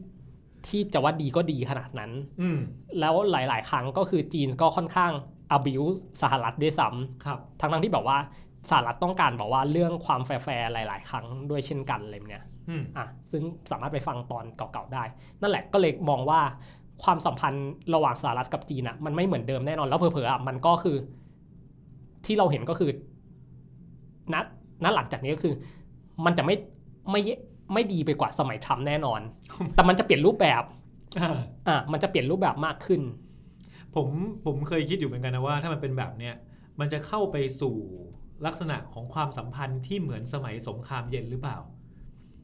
Speaker 2: ที่จะว่าดีก็ดีขนาดนั้น
Speaker 3: อืม
Speaker 2: แล้วหลาย ๆ ครั้งก็คือจีนก็ค่อนข้าง abuse สหรัฐด้วยซ้
Speaker 3: ครับ
Speaker 2: ำทั้งทั้งๆที่แบบว่าสหรัฐต้องการแบบว่าเรื่องความแฟร์ๆหลาย ๆ ครั้งด้วยเช่นกันอะไรแบบเนี่ย
Speaker 3: อืม
Speaker 2: อ่ะซึ่งสามารถไปฟังตอนเก่าๆได้ นั่นแหละก็เลยมองว่าความสัมพันธ์ระหว่างสหรัฐกับจีนอ่ะมันไม่เหมือนเดิมแน่นอนแล้วเผลอๆอ่ะมันก็คือ ที่เราเห็นก็คือณณหลังจากนี้ก็คือ มันจะไม่ไม่ไม่ดีไปกว่าสมัยทรัมป์แน่นอน แต่มันจะเปลี่ยนรูปแบบ
Speaker 3: อ่า
Speaker 2: อ่ะมันจะเปลี่ยนรูปแบบมากขึ้น
Speaker 3: ผมผมเคยคิดอยู่เหมือนกันนะว่า ถ้ามันเป็นแบบเนี้ยมันจะเข้าไปสู่ ลักษณะของความสัมพันธ์ที่เหมือนสมัยสงครามเย็นหรือเปล่า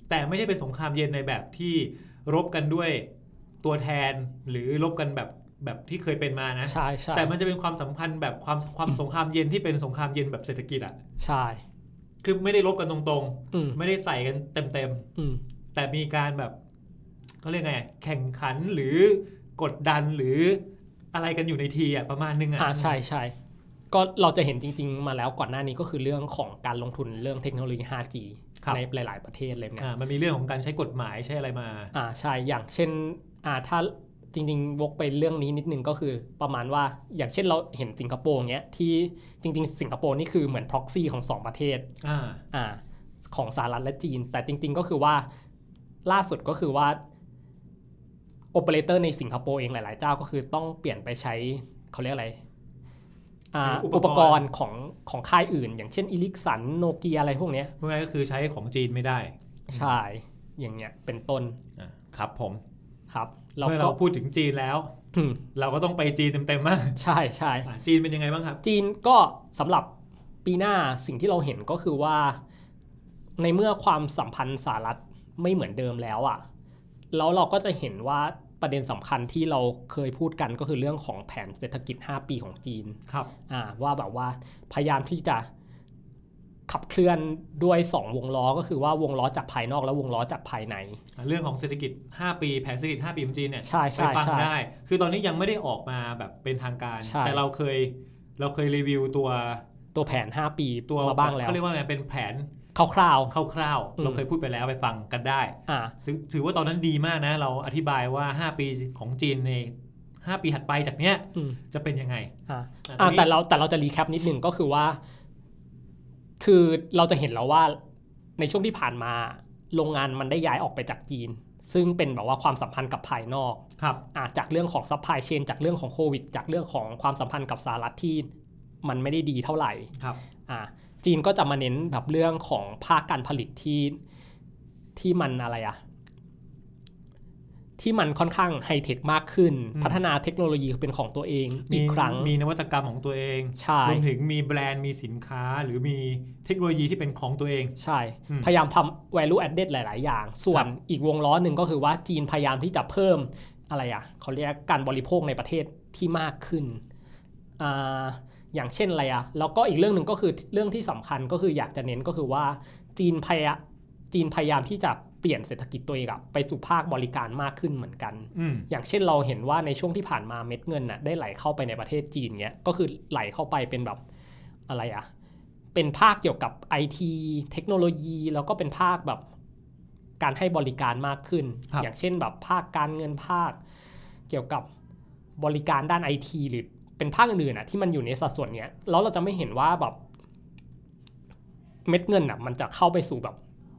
Speaker 3: แต่ไม่ใช่เป็นสงครามเย็นในแบบที่รบกันด้วยตัวแทนหรือรบกันแบบแบบที่เคยเป็นมานะ
Speaker 2: ใช่ใช่
Speaker 3: แต่มันจะเป็นความสัมพันธ์แบบความความสงครามเย็นที่เป็นสงครามเย็นแบบเศรษฐกิจอะ
Speaker 2: ใช่
Speaker 3: คือไม่ได้รบกันตรง
Speaker 2: อืม
Speaker 3: ๆ ไม่ได้ใส่กันเต็ม
Speaker 2: อืม
Speaker 3: ๆ แต่มีการแบบเขาเรียกไงอะแข่งขันหรือกดดันหรืออะไรกันอยู่ในทีอะประมาณนึงอะ
Speaker 2: อ่าใช่ใช่ก็เราจะเห็นจริง ๆ มาแล้วก่อนหน้านี้ก็คือเรื่องของการลงทุนเรื่องเทคโนโลยี 5G ในหลาย ๆประเทศเลยเนี่ย
Speaker 3: อ่ามันมีเรื่องของการใช้กฎหมายใช้อะไรมา
Speaker 2: อ่าใช่อย่างเช่นอ่าถ้าจริงๆ วกไปเรื่องนี้นิดนึงก็คือประมาณว่าอย่างเช่นเราเห็นสิงคโปร์อย่างเงี้ยที่จริงๆ สิงคโปร์นี่คือเหมือน proxy ของสองประเทศ
Speaker 3: อ่า
Speaker 2: อ่าของสหรัฐและจีน แต่จริงๆ ก็คือว่าล่าสุดก็คือว่าโอเปอเรเตอร์ในสิงคโปร์เองหลายๆ เจ้าก็คือต้องเปลี่ยนไปใช้เขาเรียกอะไรอ่า
Speaker 3: ใช้อุ
Speaker 2: อุป
Speaker 3: ปกรณ์
Speaker 2: กรณ์ของของค่ายอื่น อย่างเช่นอิลิกสันโนเกียอะไรพวกเนี้ย
Speaker 3: เมื่อไงก็คือใช้ของจีนไม่ได้
Speaker 2: ใช่อย่างเงี้ยเป็นต้น
Speaker 3: อ่าครับผม
Speaker 2: ครับแล้ว
Speaker 3: เมื่อ
Speaker 2: ก็
Speaker 3: เราพูดถึงจีนแล้ว
Speaker 2: อืม
Speaker 3: เราก็ต้องไปจีนเต็มๆมาก
Speaker 2: ใช่ใช่
Speaker 3: อ่าจีนเป็นยังไงบ้างครับ
Speaker 2: จีนก็สำหรับปีหน้าสิ่งที่เราเห็นก็คือว่า ในเมื่อความสัมพันธ์สหรัฐไม่เหมือนเดิมแล้วอะ่ะแล้วเราก็จะเห็นว่าประเด็นสำคัญที่เราเคยพูดกันก็คือเรื่องของแผนเศรษฐกิจ 5 ปีของจีน
Speaker 3: ครับ
Speaker 2: อ่าว่าแบบว่าพยายามที่จะขับเคลื่อนด้วย 2 วงล้อก็คือว่าวงล้อจากภายนอกและวงล้อจากภายใน
Speaker 3: เรื่องของเศรษฐกิจ 5 ปีแผนเศรษฐกิจ 5 ปีของจีนเนี่ย
Speaker 2: ใช่
Speaker 3: ไป
Speaker 2: ใช่
Speaker 3: ฟัง
Speaker 2: ใช่
Speaker 3: ได้ คือตอนนี้ยังไม่ได้ออกมาแบบเป็นทางการ
Speaker 2: ใช่
Speaker 3: แต่เราเคยเราเคยรีวิวตัว
Speaker 2: ตัวแผน 5 ปี
Speaker 3: ตัว
Speaker 2: มาบ้างแล้ว
Speaker 3: เขาเรียกว่าไงเป็นแผน
Speaker 2: คร่าว
Speaker 3: คร่าว
Speaker 2: อืม
Speaker 3: ๆเราเคยพูดไปแล้วไปฟังกันได้
Speaker 2: ๆอ่า
Speaker 3: ซึ่งถือว่าตอนนั้นดีมากนะ เราอธิบายว่า 5 ปีของจีนใน 5 ปีถัดไปจากเนี้ย
Speaker 2: อืม
Speaker 3: จะเป็นยังไง
Speaker 2: อ่า
Speaker 3: อ่ะ
Speaker 2: อ่า
Speaker 3: ตอนนี้
Speaker 2: แต่เราแต่เราจะรีแคปนิดหนึ่งก็คือว่า คือเราจะเห็นแล้วว่าในช่วงที่ผ่านมาโรงงานมันได้ย้ายออกไปจากจีน ซึ่งเป็นแบบว่าความสัมพันธ์กับภายนอก
Speaker 3: ครับ
Speaker 2: อาจากเรื่องของซัพพลายเชนจากเรื่องของโควิด จากเรื่องของความสัมพันธ์กับสหรัฐที่มันไม่ได้ดีเท่าไหร่
Speaker 3: ครับ
Speaker 2: อ่าจีนก็จะมาเน้นแบบเรื่องของภาคการผลิตที่ที่มันอะไรอะที่มันค่อนข้างไฮเทคมากขึ้น
Speaker 3: อืม
Speaker 2: พัฒนาเทคโนโลยีเป็นของตัวเองอีกครั้ง
Speaker 3: มีนวัตกรรมของตัวเอง
Speaker 2: ใช่
Speaker 3: รวมถึงมีแบรนด์มีสินค้าหรือมีเทคโนโลยีที่เป็นของตัวเอง
Speaker 2: ใช่
Speaker 3: อืม
Speaker 2: พยายามทำ value added หลาย ๆ อย่าง ส่วนอีกวงล้อหนึ่งก็คือว่าจีนพยายามที่จะเพิ่มอะไรอ่ะเขาเรียกการบริโภคในประเทศที่มากขึ้นอ่าอย่างเช่นอะไรอ่ะ แล้วก็อีกเรื่องหนึ่งก็คือเรื่องที่สำคัญก็คืออยากจะเน้นก็คือว่าจีนพยายามจีนพยายามที่จะเปลี่ยนเศรษฐกิจตัวเองอะไปสู่ภาคบริการมากขึ้นเหมือนกัน
Speaker 3: อืม
Speaker 2: อย่างเช่นเราเห็นว่าในช่วงที่ผ่านมาเม็ดเงินน่ะได้ไหลเข้าไปในประเทศจีนเนี้ยก็คือไหลเข้าไปเป็นแบบอะไรอะเป็นภาคเกี่ยวกับไอทีเทคโนโลยีแล้วก็เป็นภาคแบบการให้บริการมากขึ้น
Speaker 3: ครับ
Speaker 2: อย่างเช่นแบบภาคการเงินภาค เกี่ยวกับบริการด้านไอทีหรือเป็นภาคอื่นๆน่ะที่มันอยู่ในสัดส่วนเนี้ยแล้วเราจะไม่เห็นว่าแบบเม็ดเงินน่ะมันจะเข้าไปสู่แบบ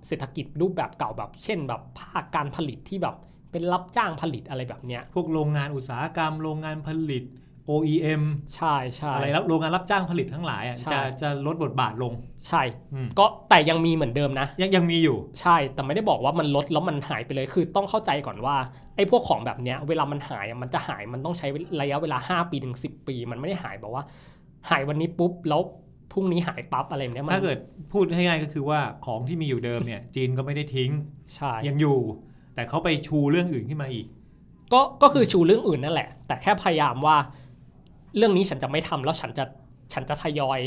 Speaker 2: เศรษฐกิจรูปแบบเก่าแบบ เช่น แบบภาคการผลิตที่แบบเป็นรับจ้างผลิตอะไรแบบเนี้ย
Speaker 3: พวกโรงงานอุตสาหกรรม โรงงานผลิต OEM
Speaker 2: ใช่ใช่
Speaker 3: อะไรรับโรงงานรับจ้างผลิตทั้งหลายอ่ะ
Speaker 2: ใช่
Speaker 3: จะจะลดบทบาทลง
Speaker 2: ใช่ก็แต่ยังมีเหมือนเดิมนะ
Speaker 3: ยังยังมีอยู่
Speaker 2: ใช่แต่ไม่ได้บอกว่ามันลดแล้วมันหายไปเลยคือต้องเข้าใจก่อนว่าไอ้พวกของแบบเนี้ยเวลามันหายอะมันจะหายมันต้องใช้ระยะเวลา 5 ปีถึง10 ปี มันไม่ได้หายแบบว่า หายวันนี้ปุ๊บแล้วพรุ่งนี้หายปั๊บอะไรแบบเนี้ยมัน
Speaker 3: ถ้าเกิดพูดให้ง่ายก็คือว่าของที่มีอยู่เดิมเนี่ย จีนก็ไม่ได้ทิ้ง
Speaker 2: ใช่
Speaker 3: ยังอยู่ แต่เขาไปชูเรื่องอื่นขึ้นมาอีก
Speaker 2: ก็ก็คือชูเรื่องอื่นนั่นแหละ แต่แค่พยายามว่า เรื่องนี้ฉันจะไม่ทำแล้วฉันจะฉันจะทยอย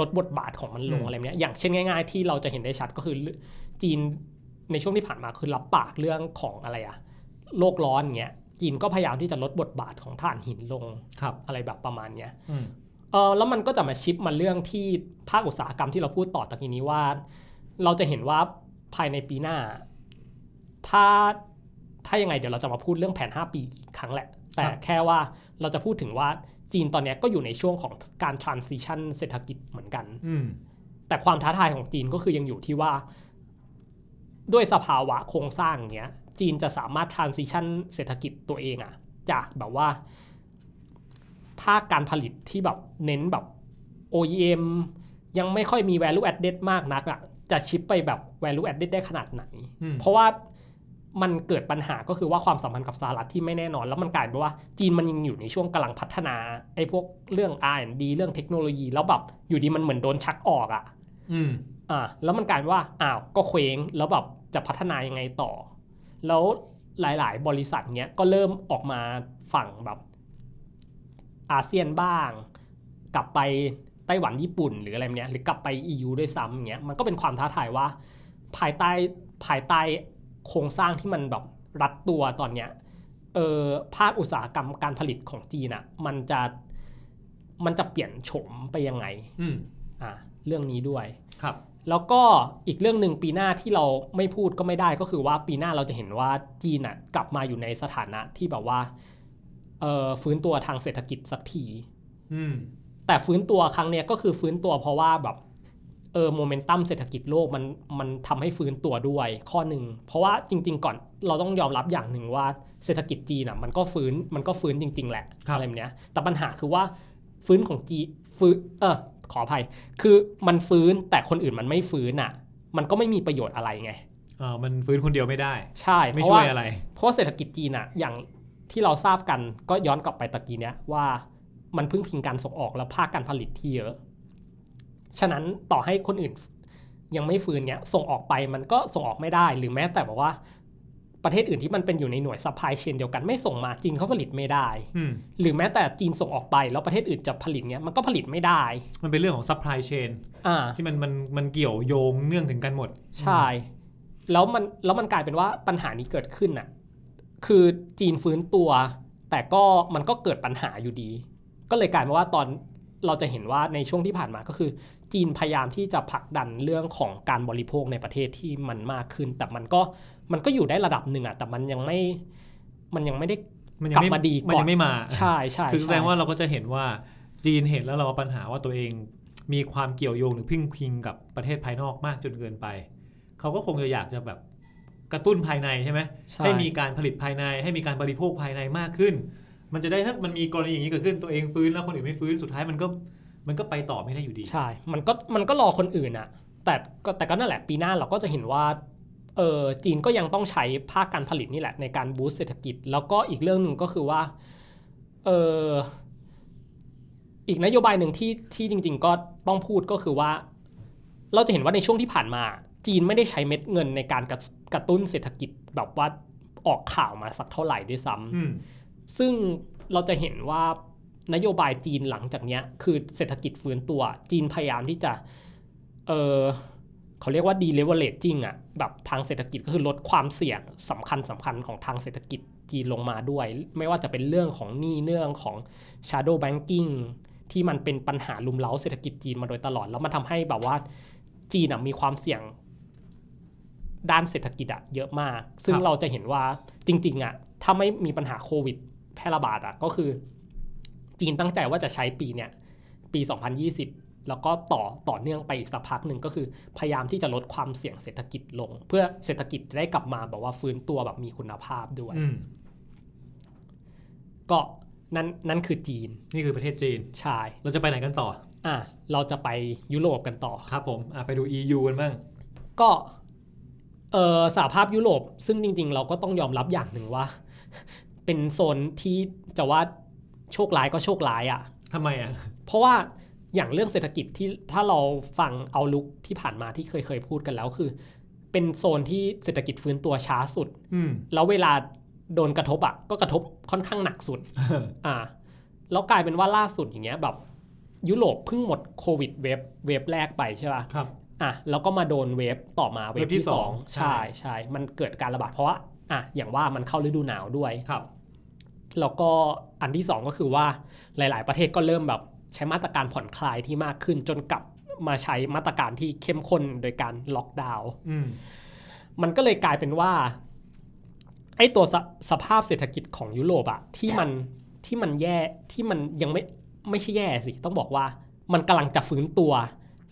Speaker 2: ลดบทบาทของมันลง
Speaker 3: อืม
Speaker 2: อะไรแบบเนี้ยอย่างเช่นง่าย ๆ ที่เราจะเห็นได้ชัดก็คือจีนในช่วงที่ผ่านมาคือรับปากเรื่องของอะไรอะโลกร้อนเงี้ยจีนก็พยายามที่จะลดบทบาทของถ่านหินลง
Speaker 3: ครับ
Speaker 2: อะไรแบบประมาณเนี้ย
Speaker 3: อืม
Speaker 2: เออแล้วมันก็จะมาชิปมาเรื่องที่ภาคอุตสาหกรรมที่เราพูดต่อตะกี้นี้ว่า เราจะเห็นว่าภายในปีหน้า ถ้าถ้ายังไงเดี๋ยวเราจะมาพูดเรื่องแผน 5 ปีอีกครั้งแหละ แต่แค่ว่าเราจะพูดถึงว่าจีนตอนเนี้ยก็อยู่ในช่วงของการ transition เศรษฐกิจเหมือนกัน
Speaker 3: อืม
Speaker 2: แต่ความท้าทายของจีนก็คือยังอยู่ที่ว่า ด้วยสภาวะโครงสร้างเนี้ย จีนจะสามารถ transition เศรษฐกิจตัวเองอะจากแบบว่า ภาคการผลิตที่แบบเน้นแบบ OEM ยังไม่ค่อยมี value added มากนักอะจะชิปไปแบบ value added ได้ขนาดไหน
Speaker 3: อืม
Speaker 2: เพราะว่ามันเกิดปัญหาก็คือว่าความสัมพันธ์กับสหรัฐที่ไม่แน่นอน แล้วมันกลายเป็นว่าจีนมันยังอยู่ในช่วงกำลังพัฒนาไอ้พวกเรื่อง R&D เรื่องเทคโนโลยี แล้วแบบอยู่ดีมันเหมือนโดนชักออกอะ
Speaker 3: อืม
Speaker 2: อ่าแล้วมันกลายเป็นว่าอ้าวก็เคว้งแล้วแบบจะพัฒนายังไงต่อ แล้วหลายๆ บริษัทเนี้ยก็เริ่มออกมาฝั่งแบบอาเซียนบ้าง กลับไปไต้หวันญี่ปุ่นหรืออะไรแบบเนี้ยหรือกลับไป EU ด้วยซ้ำอย่างเงี้ยมันก็เป็นความท้าทายว่า ภายใต้ภายใต้โครงสร้างที่มันแบบรัดตัวตอนเนี้ยเออภาคอุตสาหกรรมการผลิตของจีนอะมันจะมันจะเปลี่ยนโฉมไปยังไง
Speaker 3: อืม
Speaker 2: อ่าเรื่องนี้ด้วย
Speaker 3: ครับ
Speaker 2: แล้วก็อีกเรื่องหนึ่งปีหน้าที่เราไม่พูดก็ไม่ได้ก็คือว่าปีหน้าเราจะเห็นว่าจีนน่ะกลับมาอยู่ในสถานะที่แบบว่าเอ่อฟื้นตัวทางเศรษฐกิจสักที
Speaker 3: อืม
Speaker 2: แต่ฟื้นตัวครั้งเนี้ยก็คือฟื้นตัวเพราะว่าแบบเออโมเมนตัมเศรษฐกิจโลกมันมันทำให้ฟื้นตัวด้วยข้อหนึ่งเพราะว่าจริง ๆ ก่อนเราต้องยอมรับอย่างหนึ่งว่าเศรษฐกิจจีนอ่ะมันก็ฟื้นมันก็ฟื้นจริง ๆ แหละ
Speaker 3: ครับ
Speaker 2: อะไรแบบเนี้ยแต่ปัญหาคือว่าฟื้นของจีฟื้นเออขออภัย คือมันฟื้นแต่คนอื่นมันไม่ฟื้นอ่ะ มันก็ไม่มีประโยชน์อะไรไง
Speaker 3: เออมันฟื้นคนเดียวไม่ได้
Speaker 2: ใช่
Speaker 3: ไม่
Speaker 2: เพราะ
Speaker 3: ช่ว
Speaker 2: ว่า
Speaker 3: ยอะไร
Speaker 2: เพราะว่าเศรษฐกิจจีนอะอย่างที่เราทราบกันก็ย้อนกลับไปตะกี้เนี้ยว่ามันพึ่งพิงการส่งออกและภาคการผลิตที่เยอะ ฉะนั้นต่อให้คนอื่นยังไม่ฟื้นเนี้ยส่งออกไปมันก็ส่งออกไม่ได้หรือแม้แต่แบบว่า ประเทศอื่นที่มันเป็นอยู่ในหน่วยซัพพลายเชนเดียวกันไม่ส่งมาจีนเขาผลิตไม่ได้
Speaker 3: อืม
Speaker 2: หรือแม้แต่จีนส่งออกไปแล้วประเทศอื่นจะผลิตเนี้ยมันก็ผลิตไม่ได้
Speaker 3: มันเป็นเรื่องของ supply chain
Speaker 2: อ่า
Speaker 3: ที่มันมันมันเกี่ยวโยงเนื่องถึงกันหมด
Speaker 2: ใช่ แล้วมันแล้วมันกลายเป็นว่าปัญหานี้เกิดขึ้นน่ะ คือจีนฟื้นตัว แต่ก็มันก็เกิดปัญหาอยู่ดี ก็เลยกลายเป็นว่าตอนเราจะเห็นว่าในช่วงที่ผ่านมาก็คือ จีนพยายามที่จะผลักดันเรื่องของการบริโภคในประเทศที่มันมากขึ้น แต่มันก็มันก็อยู่ได้ระดับหนึ่งอ่ะแต่มันยังไม่มันยังไม่ได้
Speaker 3: มันยัง
Speaker 2: ก
Speaker 3: ไม่
Speaker 2: ลับมาดีก่อน
Speaker 3: มันยังไม่มา
Speaker 2: ใช่ใช่
Speaker 3: คือแสดง
Speaker 2: ใช่
Speaker 3: ว่าเราก็จะเห็นว่าจีนเห็นแล้วเราปัญหาว่าตัวเองมีความเกี่ยวโยงหรือพึ่งพิงกับประเทศภายนอกมากจนเกินไป เขาก็คงจะอยากจะแบบกระตุ้นภายในใช่ไหม
Speaker 2: ช่
Speaker 3: ให้มีการผลิตภายใน ให้มีการบริโภคภายในมากขึ้น มันจะได้ถ้ามันมีกรณีอย่างนี้เกิดขึ้นตัวเองฟื้นแล้วคนอื่นไม่ฟื้นสุดท้ายมันก็มันก็ไปต่อไม่ได้อยู่ดี
Speaker 2: ใช่ มันก็มันก็รอคนอื่นอ่ะ แต่ก็แต่ก็นั่นแหละปีหน้าเราก็จะเห็นว่าเออจีนก็ยังต้องใช้ภาคการผลิตนี่แหละในการบูสต์เศรษฐกิจ แล้วก็อีกเรื่องหนึ่งก็คือว่าเอออีกนโยบายหนึ่งที่ที่จริง ๆ ก็ต้องพูดก็คือว่า เราจะเห็นว่าในช่วงที่ผ่านมา จีนไม่ได้ใช้เม็ดเงินในการกระกระตุ้นเศรษฐกิจแบบว่าออกข่าวมาสักเท่าไหร่ด้วยซ้ำ
Speaker 3: อืม
Speaker 2: ซึ่งเราจะเห็นว่านโยบายจีนหลังจากเนี้ยคือเศรษฐกิจฟื้นตัว จีนพยายามที่จะเออเขาเรียกว่า deleveraging อะแบบทางเศรษฐกิจก็คือลดความเสี่ยงสำคัญสำคัญของทางเศรษฐกิจจีนลงมาด้วย ไม่ว่าจะเป็นเรื่องของหนี้เรื่องของ shadow banking ที่มันเป็นปัญหาลุมเล้าเศรษฐกิจจีนมาโดยตลอด แล้วมันทำให้แบบว่าจีนอะมีความเสี่ยงด้านเศรษฐกิจอะเยอะมาก ซึ่ง
Speaker 3: ครับ
Speaker 2: เราจะเห็นว่าจริงๆอะถ้าไม่มีปัญหาโควิด แพร่ระบาดอะก็คือจีนตั้งใจว่าจะใช้ปีเนี่ยปี 2020 แล้วก็ต่อต่อเนื่องไปอีกสักพักหนึ่งก็คือ พยายามที่จะลดความเสี่ยงเศรษฐกิจลง เพื่อเศรษฐกิจจะได้กลับมาแบบว่าฟื้นตัวแบบมีคุณภาพด้วย
Speaker 3: อืม
Speaker 2: ก็นั่นนั่นคือจีน
Speaker 3: นี่คือประเทศจีน
Speaker 2: ใช่
Speaker 3: เราจะไปไหนกันต่อ
Speaker 2: อ่ะเราจะไปยุโรปกันต่อ
Speaker 3: ครับผมอ่ะไปดู EU กันบ้าง
Speaker 2: ก็เออสหภาพยุโรปซึ่งจริง ๆ เราก็ต้องยอมรับอย่างหนึ่งว่า เป็นโซนที่จะว่าโชคร้ายก็โชคร้ายอ่ะ
Speaker 3: ทำไมอ่ะ
Speaker 2: เพราะว่าอย่างเรื่องเศรษฐกิจที่ถ้าเราฟังเอาลุกที่ผ่านมาที่เคยเคยพูดกันแล้วคือ เป็นโซนที่เศรษฐกิจฟื้นตัวช้าสุด
Speaker 3: อืม
Speaker 2: แล้วเวลาโดนกระทบอ่ะก็กระทบค่อนข้างหนักสุด อ่าแล้วกลายเป็นว่าล่าสุดอย่างเงี้ยแบบยุโรปเพิ่งหมดโควิดเวฟเวฟแรกไปใช่ป่ะ
Speaker 3: ครับ
Speaker 2: อ่ะแล้วก็มาโดนเวฟต่อมาเว
Speaker 3: เว
Speaker 2: ฟ
Speaker 3: ฟที่
Speaker 2: ที่สอง
Speaker 3: สองใช่
Speaker 2: ใช่ใช่มันเกิดการระบาดเพราะว่าอ่ะอย่างว่ามันเข้าฤดูหนาวด้วย
Speaker 3: ครับ
Speaker 2: แล้วก็อันที่สองก็คือว่าหลาย ๆ ประเทศก็เริ่มแบบใช้มาตรการผ่อนคลายที่มากขึ้น จนกลับมาใช้มาตรการที่เข้มข้นโดยการล็อกดาวน์
Speaker 3: อืม
Speaker 2: มันก็เลยกลายเป็นว่าไอ้ตัวสสภาพเศรษฐกิจของยุโรปอะที่มันที่มันแย่ที่มันยังไม่ไม่ใช่แย่สิ ต้องบอกว่ามันกำลังจะฟื้นตัว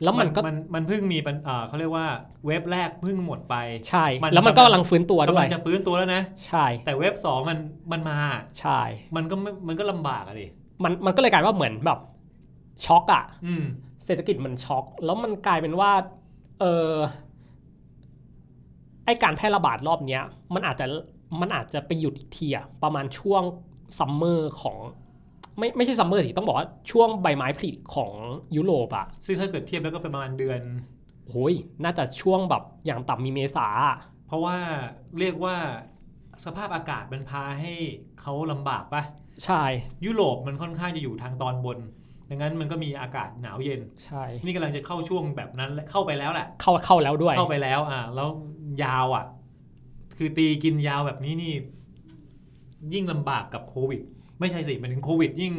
Speaker 2: แล้วมันก็
Speaker 3: มันมันเพิ่งมีปัญอ่าเขาเรียกว่าเว็บแรกเพิ่งหมดไป
Speaker 2: ใช่
Speaker 3: มัน
Speaker 2: แล้วมันก็
Speaker 3: กำลัง
Speaker 2: กำลังฟื้นตัวด้
Speaker 3: กำ
Speaker 2: ว
Speaker 3: ลั
Speaker 2: ย
Speaker 3: งจะฟื้นตัวแล้วนะ
Speaker 2: ใช่
Speaker 3: แต่เว็บสองมันมันมา
Speaker 2: ใช่
Speaker 3: มันก็ไม่มันก็ลำบากอะดิ
Speaker 2: มันมันก็เลยกลายว่าเหมือนแบบช็อกอะ
Speaker 3: อืม
Speaker 2: เศรษฐกิจมันช็อก แล้วมันกลายเป็นว่าเออไอการแพร่ระบาดรอบเนี้ย มันอาจจะมันอาจจะไปหยุดอีกทีอะประมาณช่วงซัมเมอร์ของไม่ไม่ใช่ซัมเมอร์สิต้องบอกว่าช่วงใบไม้ผลิของยุโรปอะ
Speaker 3: ซึ่งถ้าเกิดเทียบแล้วก็ประมาณเดือน
Speaker 2: โอ้ยน่าจะช่วงแบบอย่างต่ำมีเมษาอะ
Speaker 3: เพราะว่าเรียกว่าสภาพอากาศมันพาให้เขาลำบากปะ
Speaker 2: ใช่
Speaker 3: ยุโรปมันค่อนข้างจะอยู่ทางตอนบน ดังนั้นมันก็มีอากาศหนาวเย็น
Speaker 2: ใช่
Speaker 3: นี่กำลังจะเข้าช่วงแบบนั้นและเข้าไปแล้วแหละ
Speaker 2: เข้าเข้าแล้วด้วย
Speaker 3: เข้าไปแล้ว อ่า แล้วยาวอ่ะ คือตีกินยาวแบบนี้นี่ ยิ่งลำบากกับโควิด ไม่ใช่สิหมันถึงโควิด ยิ่ง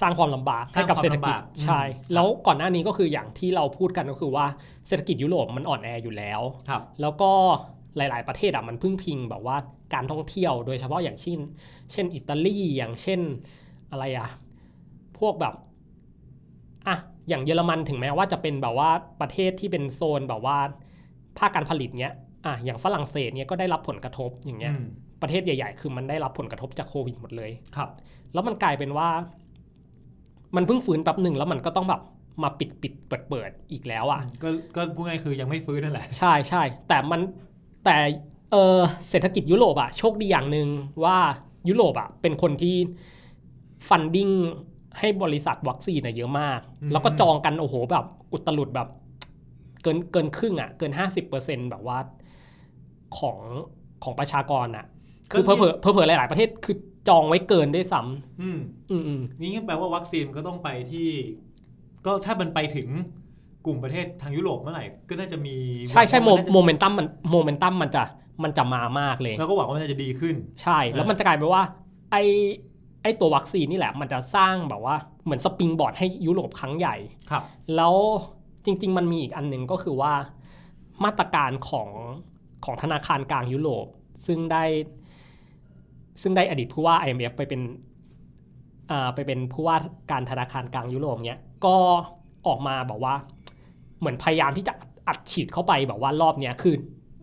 Speaker 2: สร้างความลำบากให้กับ
Speaker 3: สร้างความ
Speaker 2: เศรษฐกิจ
Speaker 3: ลำบากอืม
Speaker 2: ใช่
Speaker 3: ครับ
Speaker 2: แล้วก่อนหน้านี้ก็คืออย่างที่เราพูดกันก็คือว่าเศรษฐกิจยุโรปมันอ่อนแออยู่แล้ว
Speaker 3: ครับ
Speaker 2: แล้วก็หลาย ๆ ประเทศอ่ะมันพึ่งพิงแบบว่าการท่องเที่ยวโดยเฉพาะอย่างเช่น เช่นอิตาลีอย่างเช่นอะไรอ่ะพวกแบบอ่ะอย่างเยอรมันถึงแม้ว่าจะเป็นแบบว่าประเทศที่เป็นโซนแบบว่าภาคการผลิตเนี้ยอ่ะอย่างฝรั่งเศสเนี้ยก็ได้รับผลกระทบอย่างเงี้ย
Speaker 3: อืม
Speaker 2: ประเทศใหญ่ ๆ คือมันได้รับผลกระทบจากโควิดหมดเลย
Speaker 3: ครับ
Speaker 2: แล้วมันกลายเป็นว่า มันเพิ่งฟื้นแป๊บหนึ่งแล้วมันก็ต้องแบบมาปิดปิดเปิดเปิดอีกแล้วอ่ะ
Speaker 3: ก็ก็พูดง่ายคือยังไม่ฟื้นนั่นแหละ
Speaker 2: ใช่ใช่แต่มันแต่เออเศรษฐกิจยุโรปอะโชคดีอย่างหนึ่งว่ายุโรปอะเป็นคนที่ฟันดิ้งให้บริษัทวัคซีนอะเยอะมาก
Speaker 3: อืม
Speaker 2: แล้วก็จองกันโอ้โหแบบอุตลุดแบบเกินเกินครึ่งอะเกิน 50%แบบว่าของของประชากรอะคือเผลอ
Speaker 3: ก็นี่
Speaker 2: เผลอๆเผลอๆหลาย ๆ ประเทศคือจองไว้เกินด้วยซ้
Speaker 3: อืม
Speaker 2: ำอืมอืม
Speaker 3: นี่งั้นแปลว่าวัคซีนก็ต้องไปที่ ก็ถ้ามันไปถึงกลุ่มประเทศทางยุโรปเมื่อไหร่ ก็น่าจะมี
Speaker 2: ใช่ใช่โม
Speaker 3: น่าจะ
Speaker 2: โมเมนตัมมันโมเมนตัมมันจะมันจะมามากเลย
Speaker 3: แล้วก็หวังว่ามันน่าจะดีขึ้น
Speaker 2: ใช่ แล้วมันจะกลายเป็นว่าไอไอตัววัคซีนนี่แหละ มันจะสร้างแบบว่าเหมือนสปริงบอร์ดให้ยุโรปครั้งใหญ่
Speaker 3: ครับ
Speaker 2: แล้วจริง ๆ มันมีอีกอันหนึ่งก็คือว่ามาตรการของของธนาคารกลางยุโรป ซึ่งได้ ซึ่งได้อดีตผู้ว่า IMF ไปเป็นอ่าไปเป็นผู้ว่าการธนาคารกลางยุโรปเนี้ยก็ออกมาบอกว่า เหมือนพยายามที่จะอัดฉีดเข้าไปแบบว่ารอบเนี้ยคือ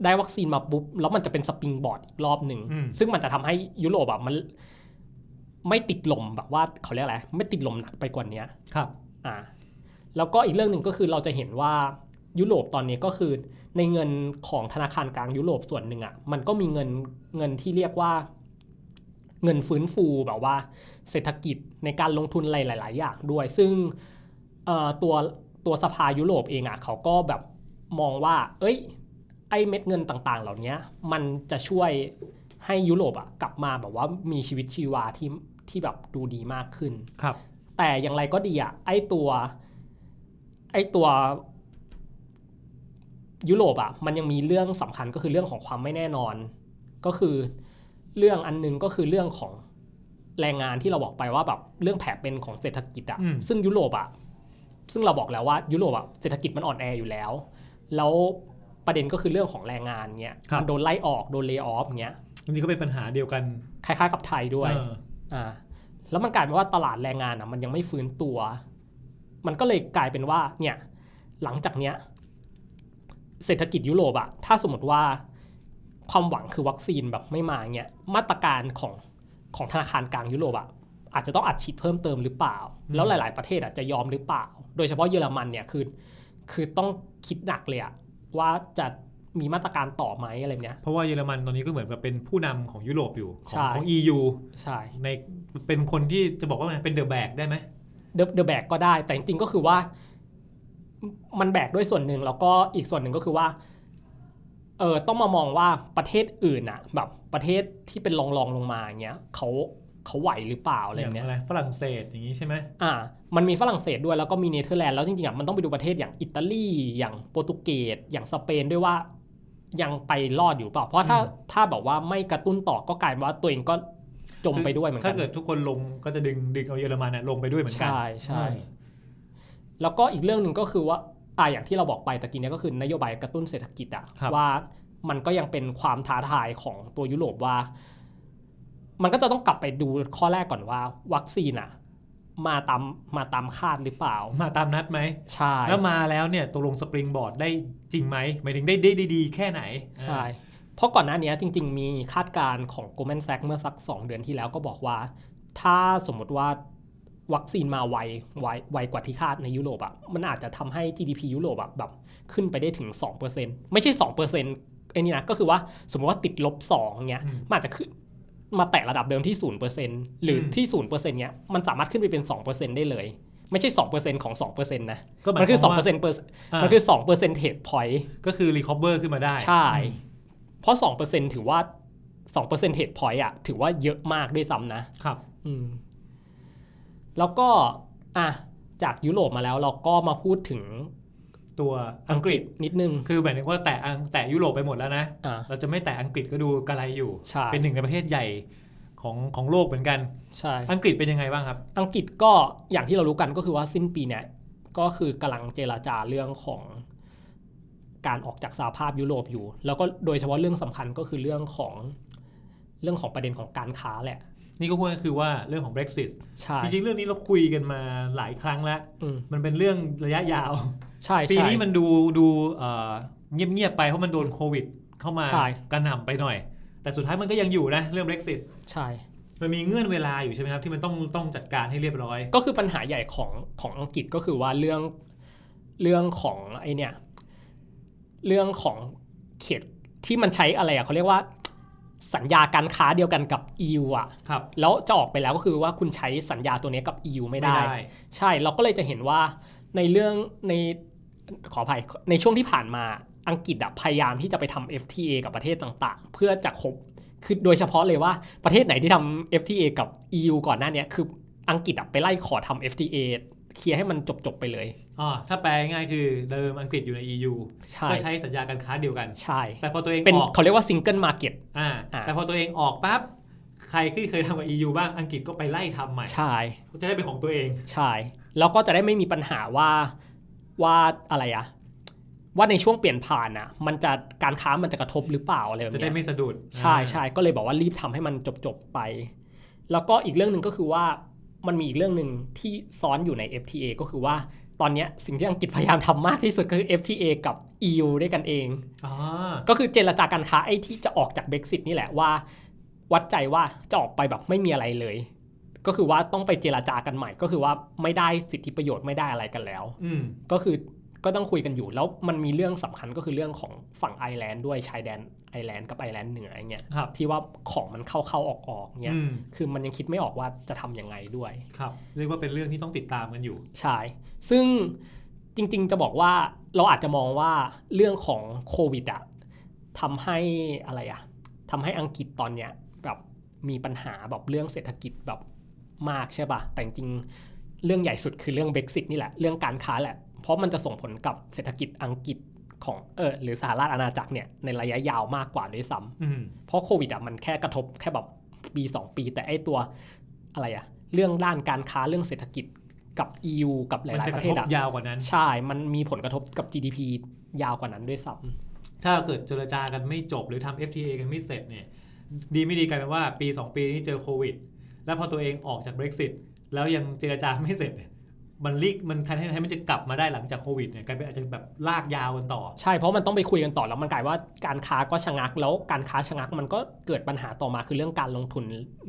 Speaker 2: ได้วัคซีนมาปุ๊บ แล้วมันจะเป็นสปริงบอร์ดอีกรอบหนึ่ง
Speaker 3: อืม
Speaker 2: ซึ่งมันจะทำให้ยุโรปแบบมันไม่ติดลมแบบว่าเขาเรียกอะไรไม่ติดลมหนักไปกว่าเนี้ย
Speaker 3: ครับ
Speaker 2: อ่าแล้วก็อีกเรื่องหนึ่งก็คือเราจะเห็นว่ายุโรปตอนนี้ก็คือในเงินของธนาคารกลางยุโรปส่วนหนึ่งอะ่ะมันก็มีเงินเงินที่เรียกว่า เงินฟื้นฟูแบบว่า เศรษฐกิจในการลงทุนอะไรหลาย ๆ อย่างด้วย ซึ่งเอ่อตัวตัวสภายุโรปเองอะ่ะเขาก็แบบมองว่า เอ้ย ไอเม็ดเงินต่าง ๆ เหล่านี้มันจะช่วยให้ยุโรปอะ่ะกลับมาแบบว่ามีชีวิตชีวาที่ที่แบบดูดีมากขึ้น
Speaker 3: ครับ
Speaker 2: แต่อย่างไรก็ดีอะไอตัวไอตัวยุโรปอะมันยังมีเรื่องสำคัญก็คือเรื่องของความไม่แน่นอน ก็คือเรื่องอันหนึงก็คือเรื่องของแรงงานที่เราบอกไปว่าแบบเรื่องแผลเป็นของเศรษฐกิจอะ
Speaker 3: อืม
Speaker 2: ซึ่งยุโรปอะซึ่งเราบอกแล้วว่ายุโรปอะเศรษฐกิจมันอ่อนแออยู่แล้ว แล้วประเด็นก็คือเรื่องของแรงงานเงี้ย
Speaker 3: ครับ
Speaker 2: มันโดนไล่ออกโดนเลิกออฟเงี้ย
Speaker 3: อันนี้ก็เป็นปัญหาเดียวกัน
Speaker 2: คล้ายๆกับไทยด้วย
Speaker 3: เออ
Speaker 2: อ่าแล้วมันกลายเป็นว่าตลาดแรงงานอ่ะมันยังไม่ฟื้นตัว มันก็เลยกลายเป็นว่าเนี่ยหลังจากเนี้ยเศรษฐกิจยุโรปอะถ้าสมมติว่าความหวังคือวัคซีนแบบไม่มาเนี่ยมาตรการของของธนาคารกลางยุโรปอะอาจจะต้องอัดฉีดเพิ่มเติมหรือเปล่า แล้วหลาย ๆ ประเทศอะจะยอมหรือเปล่า โดยเฉพาะเยอรมันเนี่ยคือคือต้องคิดหนักเลยอะว่าจะมีมาตรการต่อไหมอะไรแบบเนี้ย
Speaker 3: เพราะว่าเยอรมันตอนนี้ก็เหมือนกับเป็นผู้นำของยุโรปอยู่ ขอ
Speaker 2: ใช่
Speaker 3: งของ EU
Speaker 2: ใช่
Speaker 3: ในเป็นคนที่จะบอกว่าไงเป็นเดอะแบกได้ไหม
Speaker 2: เดอะเดอะแบกก็ได้ แต่จริงๆก็คือว่า มันแบกด้วยส่วนหนึ่งแล้วก็อีกส่วนหนึ่งก็คือว่าเออต้องมามองว่าประเทศอื่นอะแบบประเทศที่เป็นรองรองๆลงมาอย่างเงี้ยเขาเขาไหวหรือเปล่าอะไรอย่
Speaker 3: อา
Speaker 2: ย่าง งเงี้ย
Speaker 3: อะไรฝรั่งเศสอย่างนี้ใช่ไหม
Speaker 2: อ่า มันมีฝรั่งเศสด้วยแล้วก็มีเนเธอร์แลนด์แล้วจริงๆอะมันต้องไปดูประเทศอย่างอิตาลีอย่างโปรตุเกสอย่างสเปนด้วยว่ายังไปรอดอยู่เปล่า เพราะถ้าถ้าแบบว่าไม่กระตุ้นต่อก็กลายเป็นว่าตัวเองก็จมไปด้วยเหมือนกัน
Speaker 3: ถ้าเกิดทุกคนลงก็จะดึงดึงเอาเยอรมันน่ะลงไปด้วยเหมือนกัน
Speaker 2: ใช่ใช่แล้วก็อีกเรื่องหนึ่งก็คือว่าอ่าอย่างที่เราบอกไปตะกี้เนี่ยก็คือนโยบายกระตุ้นเศรษฐกิจอะ
Speaker 3: ครับ
Speaker 2: ว่ามันก็ยังเป็นความท้าทายของตัวยุโรปว่า มันก็จะต้องกลับไปดูข้อแรกก่อนว่า วัคซีนอะมาตามมาตามคาดหรือเปล่า
Speaker 3: มาตามนัดไหม
Speaker 2: ใช่
Speaker 3: แล้วมาแล้วเนี่ยตกลงสปริงบอร์ดได้จริงไหมหมายถึงได้ได้ได้ดีแค่ไหน
Speaker 2: ใช่เพราะก่อนหน้านี้จริง ๆ มีคาดการณ์ของ Goldman Sachs เมื่อสัก 2 เดือนที่แล้วก็บอกว่า ถ้าสมมติว่าวัคซีนมาไวไวไวกว่าที่คาดในยุโรปอะมันอาจจะทำให้ GDP ยุโรปอะแบบขึ้นไปได้ถึง 2%ไม่ใช่ 2%ไอ้นี่นะก็คือว่าสมมติว่าติดลบ2เงี้ย
Speaker 3: อืม
Speaker 2: มันอาจจะขึ้นมาแตะระดับเดิมที่ 0%หรือที่ 0%เงี้ยมันสามารถขึ้นไปเป็น 2%ได้เลย ไม่ใช่ 2%ของ 2%นะ
Speaker 3: ก็หาย
Speaker 2: มันคือ
Speaker 3: วาว่า
Speaker 2: 2%เปอร์
Speaker 3: า
Speaker 2: มันคือ2%เปอร์เซ็นต์เทดพอยต์
Speaker 3: ก็คือรีคอเวอร์ขึ้นมาได้
Speaker 2: ใช่ เพราะ 2%ถือว่า 2%เทดพอยต์อะถือว่าเยอะมากด้วยซ้ำนะ
Speaker 3: ครับ
Speaker 2: อืมแล้วก็อ่ะจากยุโรปมาแล้วเราก็มาพูดถึง
Speaker 3: ตัวอังกฤษ
Speaker 2: นิดนึง
Speaker 3: คือหมายถึงว่าแตะอังแตะยุโรปไปหมดแล้วนะ
Speaker 2: อ่ะ
Speaker 3: เราจะไม่แตะอังกฤษก็ดูกระไรอยู่
Speaker 2: ใช่
Speaker 3: เป็นหนึ่งในประเทศใหญ่ของของโลกเหมือนกัน
Speaker 2: ใช่
Speaker 3: อังกฤษเป็นยังไงบ้างครับ
Speaker 2: อังกฤษก็อย่างที่เรารู้กันก็คือว่าสิ้นปีเนี่ยก็คือกำลังเจราจาเรื่องของการออกจากสหภาพยุโรปอยู่ แล้วก็โดยเฉพาะเรื่องสำคัญก็คือเรื่องของเรื่องของประเด็นของการค้าแหละ
Speaker 3: นี่ก็พูดก็คือว่าเรื่องของ Brexit
Speaker 2: ใช่
Speaker 3: จริงๆ เรื่องนี้เราคุยกันมาหลายครั้งแล้ว
Speaker 2: อืม
Speaker 3: มันเป็นเรื่องระยะยาว
Speaker 2: ใช่
Speaker 3: ปี
Speaker 2: ใช่
Speaker 3: นี้มันดูดูเอ่อเงียบๆไปเพราะมันโดนโควิดเข้ามา
Speaker 2: ใช่
Speaker 3: กระหน่ำไปหน่อย แต่สุดท้ายมันก็ยังอยู่นะเรื่อง Brexit
Speaker 2: ใช่
Speaker 3: มันมีเงื่อนเวลาอยู่ใช่ไหมครับ ที่มันต้องต้องจัดการให้เรียบร้อย
Speaker 2: ก็คือปัญหาใหญ่ของของอังกฤษก็คือว่าเรื่องเรื่องของไอเนี่ยเรื่องของเขตที่มันใช้อะไรอะเขาเรียกว่าสัญญาการค้าเดียวกันกับ EU อะ
Speaker 3: ครับ
Speaker 2: แล้วจะออกไปแล้วก็คือว่าคุณใช้สัญญาตัวเนี้ยกับ EU ไม่ได้ ใช่เราก็เลยจะเห็นว่าในเรื่องในขออภัยในช่วงที่ผ่านมาอังกฤษอะพยายามที่จะไปทำ FTA กับประเทศต่างๆ เพื่อจะครบคือโดยเฉพาะเลยว่าประเทศไหนที่ทำ FTA กับ EU ก่อนหน้าเนี้ยคืออังกฤษอะไปไล่ขอทำ FTA เคลียร์ให้มันจบๆไปเลย
Speaker 3: อ๋อถ้าแปลง่ายๆคือเดิมอังกฤษอยู่ใน EU
Speaker 2: ใช่
Speaker 3: ก็ใช้สัญญาการค้าเดียวกัน
Speaker 2: ใช่
Speaker 3: แต่พอตัวเอง
Speaker 2: เป็น
Speaker 3: ออก
Speaker 2: เขาเรียกว่า Single Market
Speaker 3: อ่า
Speaker 2: อ่า
Speaker 3: แต่พอตัวเองออกปั๊บใครที่เคยทำกับ EU บ้างอังกฤษก็ไปไล่ทำใหม่
Speaker 2: ใช่
Speaker 3: จะได้เป็นของตัวเอง
Speaker 2: ใช่แล้วก็จะได้ไม่มีปัญหาว่าว่าอะไรอะว่าในช่วงเปลี่ยนผ่านอะมันจะการค้ามันจะกระทบหรือเปล่าอะไรแบบ
Speaker 3: จะ
Speaker 2: เนี้ย
Speaker 3: ได้ไม่สะดุด
Speaker 2: ใช่
Speaker 3: อ่า
Speaker 2: ใช่ก็เลยบอกว่ารีบทำให้มันจบจบๆไป แล้วก็อีกเรื่องหนึ่งก็คือว่ามันมีอีกเรื่องหนึ่งที่ซ้อนอยู่ใน FTA ก็คือว่าตอนเนี้ยสิ่งที่อังกฤษพยายามทำมากที่สุดก็คือ FTA กับ EU ด้วยกันเอง
Speaker 3: อ๋อ
Speaker 2: ก็คือเจรจาการค้าไอ้ที่จะออกจาก Brexit นี่แหละว่า วัดใจว่าจะออกไปแบบไม่มีอะไรเลย ก็คือว่าต้องไปเจรจากันใหม่ ก็คือว่าไม่ได้สิทธิประโยชน์ไม่ได้อะไรกันแล้ว
Speaker 3: อืม
Speaker 2: ก็คือก็ต้องคุยกันอยู่แล้วมันมีเรื่องสำคัญก็คือเรื่องของฝั่งไอร์แลนด์ด้วยชายแดนไอร์แลนด์กับไอร์แลนด์เหนืออย่างเงี้ย
Speaker 3: ครับ
Speaker 2: ที่ว่าของมันเข้าเข้าออกออกๆเนี่ย
Speaker 3: อืม
Speaker 2: คือมันยังคิดไม่ออกว่าจะทำยังไงด้วย
Speaker 3: ครับ เรียกว่าเป็นเรื่องที่ต้องติดตามกันอยู่
Speaker 2: ใช่ ซึ่งจริงๆจะบอกว่าเราอาจจะมองว่าเรื่องของโควิดอะทำให้อะไรอะทำให้อังกฤษตอนเนี้ยแบบมีปัญหาแบบเรื่องเศรษฐกิจแบบมากใช่ปะ่ะ แต่จริงๆเรื่องใหญ่สุดคือเรื่องเบ x ซิ t นี่แหละ เรื่องการค้าแหละ เพราะมันจะส่งผลกับเศรษฐกิจอังกฤษของเออหรือสหราชอาณาจักรเนี่ยในระยะยาวมากกว่าด้วยซ้ำ
Speaker 3: อืม
Speaker 2: เพราะโควิดอ่ะมันแค่กระทบแค่แบบปี 2 ปี แต่ไอตัวอะไรอ่ะเรื่องด้านการค้าเรื่องเศรษฐกิจกับ EU กับหลา
Speaker 3: มัน
Speaker 2: ย
Speaker 3: จะ
Speaker 2: ๆ
Speaker 3: ก
Speaker 2: ประ ระเท
Speaker 3: ท
Speaker 2: ศ
Speaker 3: บ
Speaker 2: อ่ะ
Speaker 3: ยาวกว่านั้น
Speaker 2: ใช่ มันมีผลกระทบกับ GDP ยาวกว่านั้นด้วยซ้
Speaker 3: ถ้าเกิดเจรจากันไม่จบหรือทำ FTA กันไม่เสร็จเนี่ย ดีไม่ดีกลายเป็นว่าปี 2 ปีนี้เจอโควิด แล้วพอตัวเองออกจาก Brexit แล้วยังเจรจาไม่เสร็จเนี่ยมันลีกมันทันให้มันจะกลับมาได้หลังจากโควิดเนี่ยกลายเป็นอาจจะแบบลากยาวกันต่อ
Speaker 2: ำใช่เพราะมันต้องไปคุยกันต่อแล้วมันกลายว่าการค้าก็ชะงักแล้วการค้าชะงักมันก็เกิดปัญหาต่อมาคือเรื่องการลงทุน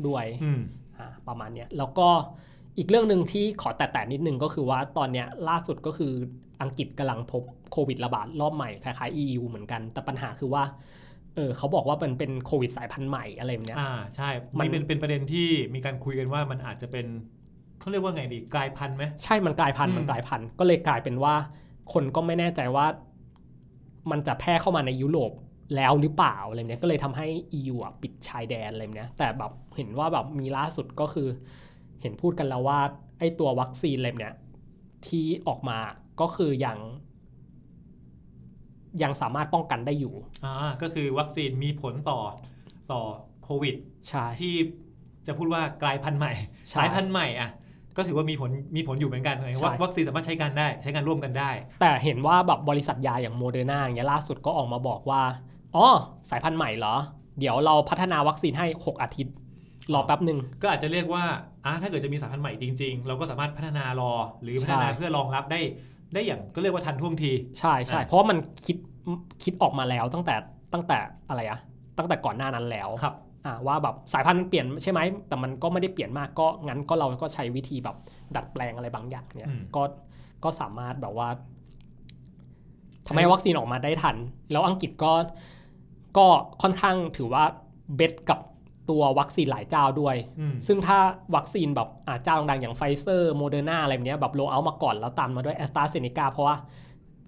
Speaker 2: ด้วย
Speaker 3: อืม
Speaker 2: อ่าประมาณเนี้ยแล้วก็อีกเรื่องหนึ่งที่ขอแตะๆนิดนึงก็คือว่าตอนเนี้ยล่าสุดก็คืออังกฤษกำลังพบโควิดระบาดรอบใหม่คล้ายๆ EU เหมือนกันแต่ปัญหาคือว่า เออเขาบอกว่ามันเป็นโควิดสายพันธุ์ใหม่อะไรแบบเนี้ย
Speaker 3: อ่าใช่
Speaker 2: มั
Speaker 3: มัน
Speaker 2: น
Speaker 3: เป็นเป็นประเด็นที่มีการคุยกันว่ามันอาจจะเป็นเขาเรียกว่าไงดีกลายพันธุ์ไหม
Speaker 2: ใช่มันกลายพันธุ์
Speaker 3: อืม
Speaker 2: มันกลายพันธุ์ก็เลยกลายเป็นว่า คนก็ไม่แน่ใจว่า มันจะแพร่เข้ามาในยุโรปแล้วหรือเปล่าอะไรแบบเนี้ยก็เลยทำให้ EU อ่ะปิดชายแดนอะไรแบบเนี้ยแต่แบบเห็นว่าแบบมีล่าสุดก็คือ เห็นพูดกันแล้วว่าไอ้ตัววัคซีนอะไรแบบเนี้ยที่ออกมาก็คือยังยังสามารถป้องกันได้อยู่
Speaker 3: อ่าก็คือวัคซีนมีผลต่อต่อโควิด
Speaker 2: ใช่
Speaker 3: ที่จะพูดว่ากลายพันธุ์ใหม่
Speaker 2: ใช่
Speaker 3: สายพันธุ์ใหม่อ่ะก็ถือว่ามีผลมีผลอยู่เหมือนกันไงว่า
Speaker 2: ใช่
Speaker 3: วัคซีนสามารถใช้การได้ใช้การร่วมกันได้
Speaker 2: แต่เห็นว่าแบบบริษัทยาอย่างโมเดอร์นาอย่างเงี้ยล่าสุดก็ออกมาบอกว่า อ๋อ สายพันธุ์ใหม่เหรอ เดี๋ยวเราพัฒนาวัคซีนให้ 6 อาทิตย์ รอแป๊บหนึ่ง
Speaker 3: ก็อาจจะเรียกว่าอ่ะถ้าเกิดจะมีสายพันธุ์ใหม่จริง ๆ เราก็สามารถพัฒนารอหรือพัฒนา
Speaker 2: ใช่
Speaker 3: เพื่อรองรับได้ ได้อย่างก็เรียกว่าทันท่วงที
Speaker 2: ใช่ใช่
Speaker 3: อ่ะ
Speaker 2: เพราะว่ามันคิดคิดออกมาแล้วตั้งแต่ตั้งแต่อะไรอะตั้งแต่ก่อนหน้านั้นแล้ว
Speaker 3: ครับ
Speaker 2: อ่ะว่าแบบสายพันธุ์มันเปลี่ยนใช่ไหม แต่มันก็ไม่ได้เปลี่ยนมากก็งั้นก็เราก็ใช้วิธีแบบดัดแปลงอะไรบางอย่างเนี่ย
Speaker 3: อืม
Speaker 2: ก็ก็สามารถแบบว่า ทำให้วัคซีนออกมาได้ทัน แล้วอังกฤษก็ก็ค่อนข้างถือว่าเบ็ดกับ ตัววัคซีนหลายเจ้าด้วย
Speaker 3: อืม
Speaker 2: ซึ่งถ้าวัคซีนแบบอ่าเจ้าดังๆอย่างไฟเซอร์โมเดอร์นาอะไรแบบเนี้ยแบบโลเอามาก่อนแล้วตามมาด้วยแอสตราเซเนกาเพราะว่า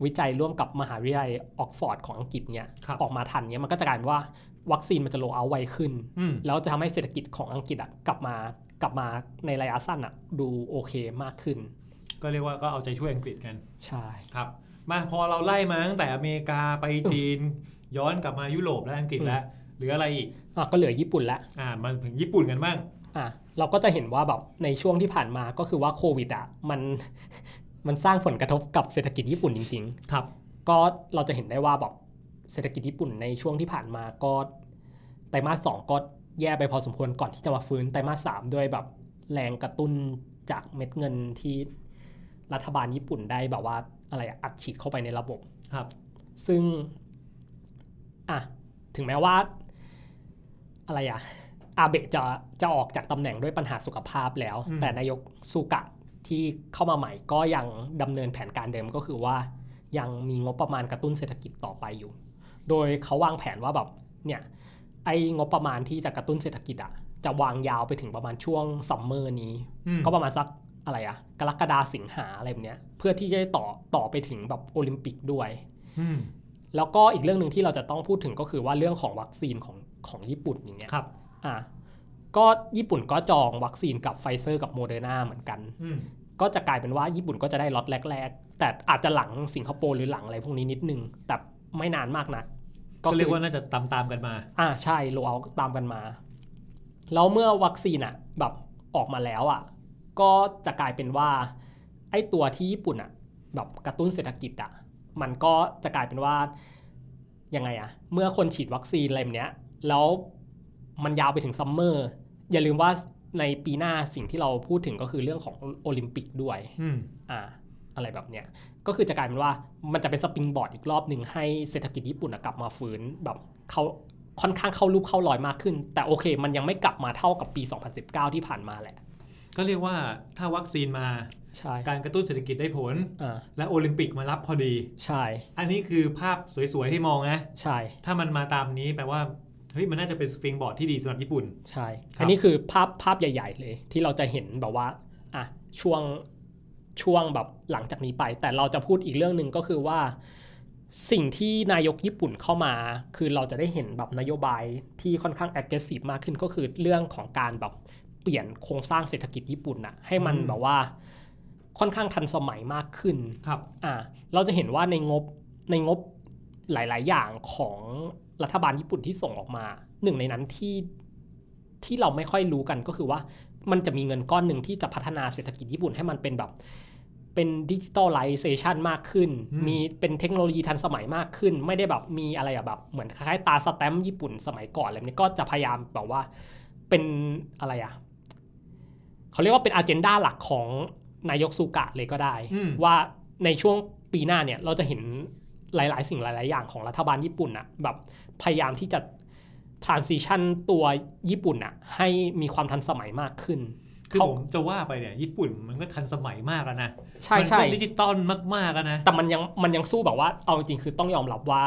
Speaker 2: วิจัยร่วมกับมหาวิทยาลัยออกฟอร์ดของอังกฤษเนี่ย
Speaker 3: ครับ
Speaker 2: ออกมาทันเนี่ยมันก็จะกลายเป็นว่าวัคซีนมันจะโลเอาไวขึ้น
Speaker 3: อืม
Speaker 2: แล้วจะทำให้เศรษฐกิจของอังกฤษอะกลับมากลับมาในระยะสั้นอะดูโอเคมากขึ้น
Speaker 3: ก็เรียกว่าก็เอาใจช่วยอังกฤษกัน
Speaker 2: ใช่
Speaker 3: ครับมาพอเราไล่มาตั้งแต่อเมริกาไปจีน ย้อนกลับมายุโรปและอังกฤษแล้วเหรืออะไรอีก
Speaker 2: อ่ะก็เหลือญี่ปุ่นละ
Speaker 3: อ่ามาถึงญี่ปุ่นกันบ้าง
Speaker 2: อ่ะเราก็จะเห็นว่าแบบในช่วงที่ผ่านมาก็คือว่าโควิดอะมัน มันสร้างผลกระทบกับเศรษฐกิจญี่ปุ่นจริง
Speaker 3: ครับ
Speaker 2: ๆ ก็เราจะเห็นได้ว่าแบบเศรษฐกิจญี่ปุ่นในช่วงที่ผ่านมาก็ไตรมาสสองก็แย่ไปพอสมควรก่อนที่จะมาฟื้นไตรมาสสามด้วยแบบแรงกระตุ้นจากเม็ดเงินที่รัฐบาลญี่ปุ่นได้แบบว่าอะไรอะอัดฉีดเข้าไปในระบบ
Speaker 3: ครับ
Speaker 2: ซึ่ง อ่ะ ถึงแม้ว่า อะไรอะอาเบะจะจะออกจากตำแหน่งด้วยปัญหาสุขภาพแล้ว
Speaker 3: อืม
Speaker 2: แต่นายกสุกะที่เข้ามาใหม่ก็ยังดำเนินแผนการเดิมก็คือว่า ยังมีงบประมาณกระตุ้นเศรษฐกิจต่อไปอยู่ โดยเขาวางแผนว่าแบบ เนี่ย ไอ้งบประมาณที่จะกระตุ้นเศรษฐกิจอะจะวางยาวไปถึงประมาณช่วงซัมเมอร์นี้
Speaker 3: อืม
Speaker 2: ก็ประมาณสักอะไรอะกรกฎาสิงหาอะไรแบบเนี้ย เพื่อที่จะได้ต่อต่อไปถึงแบบโอลิมปิกด้วย
Speaker 3: อืม
Speaker 2: แล้วก็อีกเรื่องหนึ่งที่เราจะต้องพูดถึงก็คือว่าเรื่องของวัคซีนของของญี่ปุ่นอย่างเงี้ย
Speaker 3: ครับ
Speaker 2: อ่ะก็ญี่ปุ่นก็จองวัคซีนกับไฟเซอร์กับโมเดอร์นาเหมือนกัน
Speaker 3: อืม
Speaker 2: ก็จะกลายเป็นว่าญี่ปุ่นก็จะได้ล็อตแรก ๆ แต่อาจจะหลังสิงคโปร์หรือหลังอะไรพวกนี้นิดนึง แต่ไม่นานมากนัก
Speaker 3: ก็เรียก
Speaker 2: คือ
Speaker 3: ว่าน่าจะตามตามๆกันมา
Speaker 2: อ่าใช่โลเอาตามกันมา แล้วเมื่อวัคซีนอ่ะแบบออกมาแล้วอ่ะก็จะกลายเป็นว่า ไอ้ตัวที่ญี่ปุ่นอ่ะแบบกระตุ้นเศรษฐกิจอ่ะมันก็จะกลายเป็นว่ายังไงอ่ะเมื่อคนฉีดวัคซีนอะไรแบบเนี้ยแล้วมันยาวไปถึงซัมเมอร์อย่าลืมว่าในปีหน้าสิ่งที่เราพูดถึงก็คือเรื่องของโอลิมปิกด้วย
Speaker 3: อืม
Speaker 2: อ่าอะไรแบบเนี้ยก็คือจะกลายเป็นว่ามันจะเป็นสปริงบอร์ดอีกรอบหนึ่งให้เศรษฐกิจญี่ปุ่นอะกลับมาฟื้นแบบเขาค่อนข้างเข้ารูปเข้ารอยมากขึ้น แต่โอเค มันยังไม่กลับมาเท่ากับปี 2019 ที่ผ่านมาแหละ
Speaker 3: ก็เรียกว่าถ้าวัคซีนมา
Speaker 2: ใช่
Speaker 3: การกระตุ้นเศรษฐกิจได้ผล
Speaker 2: อ่า
Speaker 3: และโอลิมปิกมารับพอดี
Speaker 2: ใช่
Speaker 3: อันนี้คือภาพสวยๆที่มองนะ
Speaker 2: ใช่
Speaker 3: ถ้ามันมาตามนี้แปลว่าเฮ้ยมันน่าจะเป็นสปริงบอร์ดที่ดีสำหรับญี่ปุ่น
Speaker 2: ใช่
Speaker 3: ครับ
Speaker 2: อันนี้คือภาพภาพใหญ่ ๆ เลย ที่เราจะเห็นแบบว่าอ่ะช่วงช่วงแบบหลังจากนี้ไป แต่เราจะพูดอีกเรื่องหนึ่งก็คือว่า สิ่งที่นายกญี่ปุ่นเข้ามา คือเราจะได้เห็นแบบนโยบายที่ค่อนข้าง aggressive มากขึ้นก็คือเรื่องของการแบบเปลี่ยนโครงสร้างเศรษฐกิจญี่ปุ่นน่ะให้มัน
Speaker 3: อืม
Speaker 2: แบบว่าค่อนข้างทันสมัยมากขึ้น
Speaker 3: ครับ
Speaker 2: อ่าเราจะเห็นว่าในงบในงบหลาย ๆ อย่างของรัฐบาลญี่ปุ่นที่ส่งออกมา หนึ่งในนั้นที่ที่เราไม่ค่อยรู้กันก็คือว่ามันจะมีเงินก้อนหนึ่งที่จะพัฒนาเศรษฐกิจญี่ปุ่นให้มันเป็นแบบ เป็นดิจิตอลไลเซชันมากขึ้น
Speaker 3: อืม
Speaker 2: มีเป็นเทคโนโลยีทันสมัยมากขึ้น ไม่ได้แบบมีอะไรอะแบบเหมือนคล้ายๆตาสแตมป์ญี่ปุ่นสมัยก่อนอะไรแบบนี้ก็จะพยายามแบบว่าเป็นอะไรอะเขาเรียกว่าเป็นอ g e n d a หลักของนายกสุกะเลยก็ได้
Speaker 3: อืม
Speaker 2: ว่าในช่วงปีหน้าเนี่ยเราจะเห็นหลาย ๆ สิ่งหลาย ๆ อย่างของรัฐบาลญี่ปุ่นอะแบบพยายามที่จะ transition ตัวญี่ปุ่นอะให้มีความทันสมัยมากขึ้น
Speaker 3: คือ
Speaker 2: เขา
Speaker 3: ผมจะว่าไปเนี่ยญี่ปุ่นมันก็ทันสมัยมากแล้วนะ
Speaker 2: ใช่
Speaker 3: มั
Speaker 2: ใช่
Speaker 3: ก็ดิจิตอลมากๆแล้วนะ
Speaker 2: แต่มันยังมันยังสู้แบบว่าเอาจริงๆคือต้องยอมรับว่า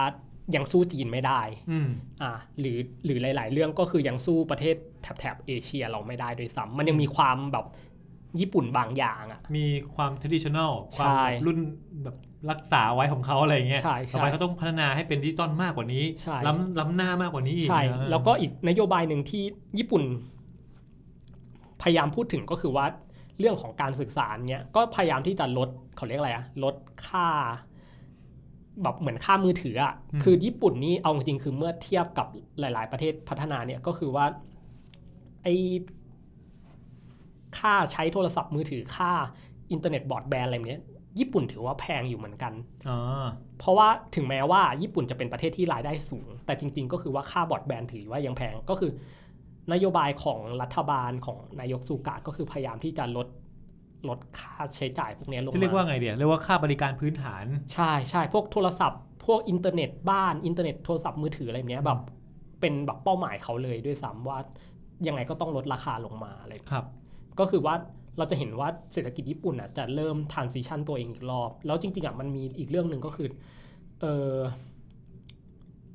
Speaker 2: ยังสู้จีนไม่ได้
Speaker 3: อืม
Speaker 2: อ่าหรือหรือหลาย ๆ เรื่องก็คือยังสู้ประเทศแถบแถบเอเชียเราไม่ได้ด้วยซ้ำมันยังมีความแบบญี่ปุ่นบางอย่างอะ
Speaker 3: มีความ traditional ความ
Speaker 2: ใช่
Speaker 3: แบบรุ่นแบบรักษาไว้ของเขาอะไรอย่างเงี้ย
Speaker 2: ใช่ใช่
Speaker 3: ต่อไปเขาต้องพัฒนาให้เป็นดิจิตอลมากกว่านี้
Speaker 2: ใช่
Speaker 3: ล้ำล้ำหน้ามากกว่านี้อีก
Speaker 2: ใช่
Speaker 3: นะ
Speaker 2: แล้วก็อีกนโยบายหนึ่งที่ญี่ปุ่น พยายามพูดถึงก็คือว่าเรื่องของการศึกษาเนี้ยก็พยายามที่จะลดเขาเรียกอะไรอะลดค่า แบบเหมือนค่ามือถืออะคือญี่ปุ่นนี่เอาจริงๆคือเมื่อเทียบกับหลาย ๆ ประเทศพัฒนาเนี่ยก็คือว่าไอค่าใช้โทรศัพท์มือถือค่าอินเทอร์เน็ตบรอดแบนด์อะไรแบบเนี้ยญี่ปุ่นถือว่าแพงอยู่เหมือนกัน
Speaker 3: อ๋อ
Speaker 2: เพราะว่าถึงแม้ว่าญี่ปุ่นจะเป็นประเทศที่รายได้สูง แต่จริง ๆ ก็คือว่าค่าบอร์ดแบนด์ถือว่ายังแพงก็คือนโยบายของรัฐบาลของนายกสุกะก็คือพยายามที่จะลดลดค่าใช้จ่ายพวกนี้ลง
Speaker 3: จะเรียกว่า
Speaker 2: มา
Speaker 3: ไงเดียวเรียกว่าค่าบริการพื้นฐาน
Speaker 2: ใช่ใช่พวกโทรศัพท์ พวกอินเทอร์เน็ตบ้านอินเทอร์เน็ตโทรศัพท์มือถืออะไรแบบเนี้ยแบบเป็นแบบเป้าหมายเขาเลยด้วยซ้ำว่ายังไงก็ต้องลดราคาลงมาอะไร
Speaker 3: ครับ
Speaker 2: ก็คือว่าเราจะเห็นว่าเศรษฐกิจญี่ปุ่นอ่ะจะเริ่ม transition ตัวเองอีกรอบ แล้วจริงๆอ่ะมันมีอีกเรื่องหนึ่งก็คือเออ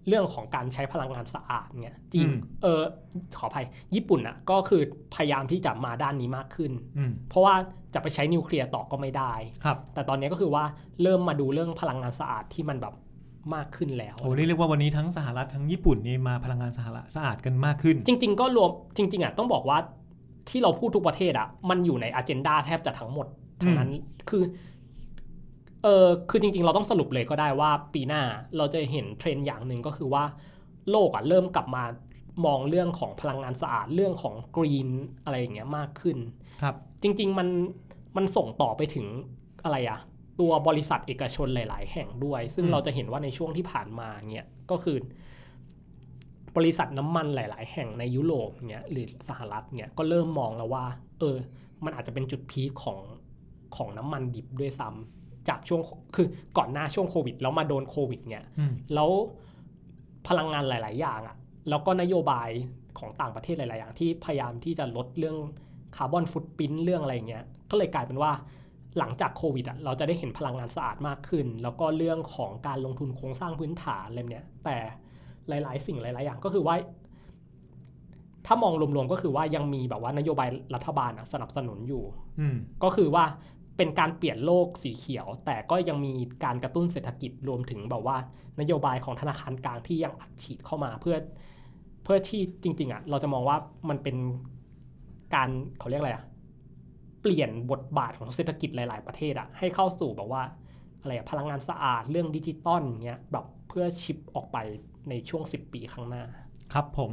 Speaker 2: เรื่องของการใช้พลังงานสะอาดเนี่ยจีน
Speaker 3: อืม
Speaker 2: เออขออภัยญี่ปุ่นอ่ะก็คือพยายามที่จะมาด้านนี้มากขึ้น
Speaker 3: อืม
Speaker 2: เพราะว่าจะไปใช้นิวเคลียร์ต่อก็ไม่ได้
Speaker 3: ครับ
Speaker 2: แต่ตอนนี้ก็คือว่าเริ่มมาดูเรื่องพลังงานสะอาดที่มันแบบมากขึ้นแล้ว
Speaker 3: โอ้นี่เรียกว่าวันนี้ทั้งสหรัฐทั้งญี่ปุ่นนี่มาพลังงานสหรัฐสะอาดกันมากขึ้น
Speaker 2: จริง ๆ ก็รวมจริง ๆอ่ะต้องบอกว่าที่เราพูดทุกประเทศอ่ะมันอยู่ในอ g e n d a แทบจะทั้งหมดทั้งนั้นคือเออคือจริง ๆ เราต้องสรุปเลยก็ได้ว่าปีหน้าเราจะเห็นเทรนด์อย่างหนึ่งก็คือว่าโลกอ่ะเริ่มกลับมามองเรื่องของพลังงานสะอาดเรื่องของกรีนอะไรอย่างเงี้ยมากขึ้น
Speaker 3: ครับ
Speaker 2: จริง ๆ มันมันส่งต่อไปถึงอะไรอะตัวบริษัทเอกชนหลาย ๆ แห่งด้วย ซึ่ง
Speaker 3: อืม
Speaker 2: เราจะเห็นว่าในช่วงที่ผ่านมาเนี่ยก็คือ บริษัทน้ำมันหลาย ๆ แห่งในยุโรปเนี่ยหรือสหรัฐเนี่ยก็เริ่มมองแล้วว่า เออ มันอาจจะเป็นจุดพีคของของน้ำมันดิบด้วยซ้ำจากช่วงคือก่อนหน้าช่วงโควิด แล้วมาโดนโควิดเนี่ย
Speaker 3: อืม
Speaker 2: แล้วพลังงานหลาย ๆ อย่างอะ่ะ แล้วก็นโยบายของต่างประเทศหลาย ๆ อย่างที่พยายามที่จะลดเรื่องคาร์บอนฟุตพิ้นเรื่องอะไรเงี้ย ก็เลยกลายเป็นว่าหลังจากโควิดอะ่ะเราจะได้เห็นพลังงานสะอาดมากขึ้น แล้วก็เรื่องของการลงทุนโครงสร้างพื้นฐานอะไรเนี่ย แต่หลาย ๆ สิ่งหลาย ๆ อย่างก็คือว่า ถ้ามองรวม ๆ ก็คือว่ายังมีแบบว่านโยบายรัฐบาลอะสนับสนุนอยู่
Speaker 3: อืม
Speaker 2: ก็คือว่าเป็นการเปลี่ยนโลกสีเขียว แต่ก็ยังมีการกระตุ้นเศรษฐกิจรวมถึงแบบว่านโยบายของธนาคารกลางที่ยังอัดฉีดเข้ามาเพื่อ เพื่อที่จริง ๆอ่ะเราจะมองว่ามันเป็นการเขาเรียกอะไรอ่ะเปลี่ยนบทบาทของเศรษฐกิจหลาย ๆ ประเทศอ่ะให้เข้าสู่แบบว่าอะไรอะพลังงานสะอาดเรื่องดิจิตอลเงี้ยแบบเพื่อชิปออกไปในช่วง 10 ปีข้างหน้า
Speaker 3: ครับผม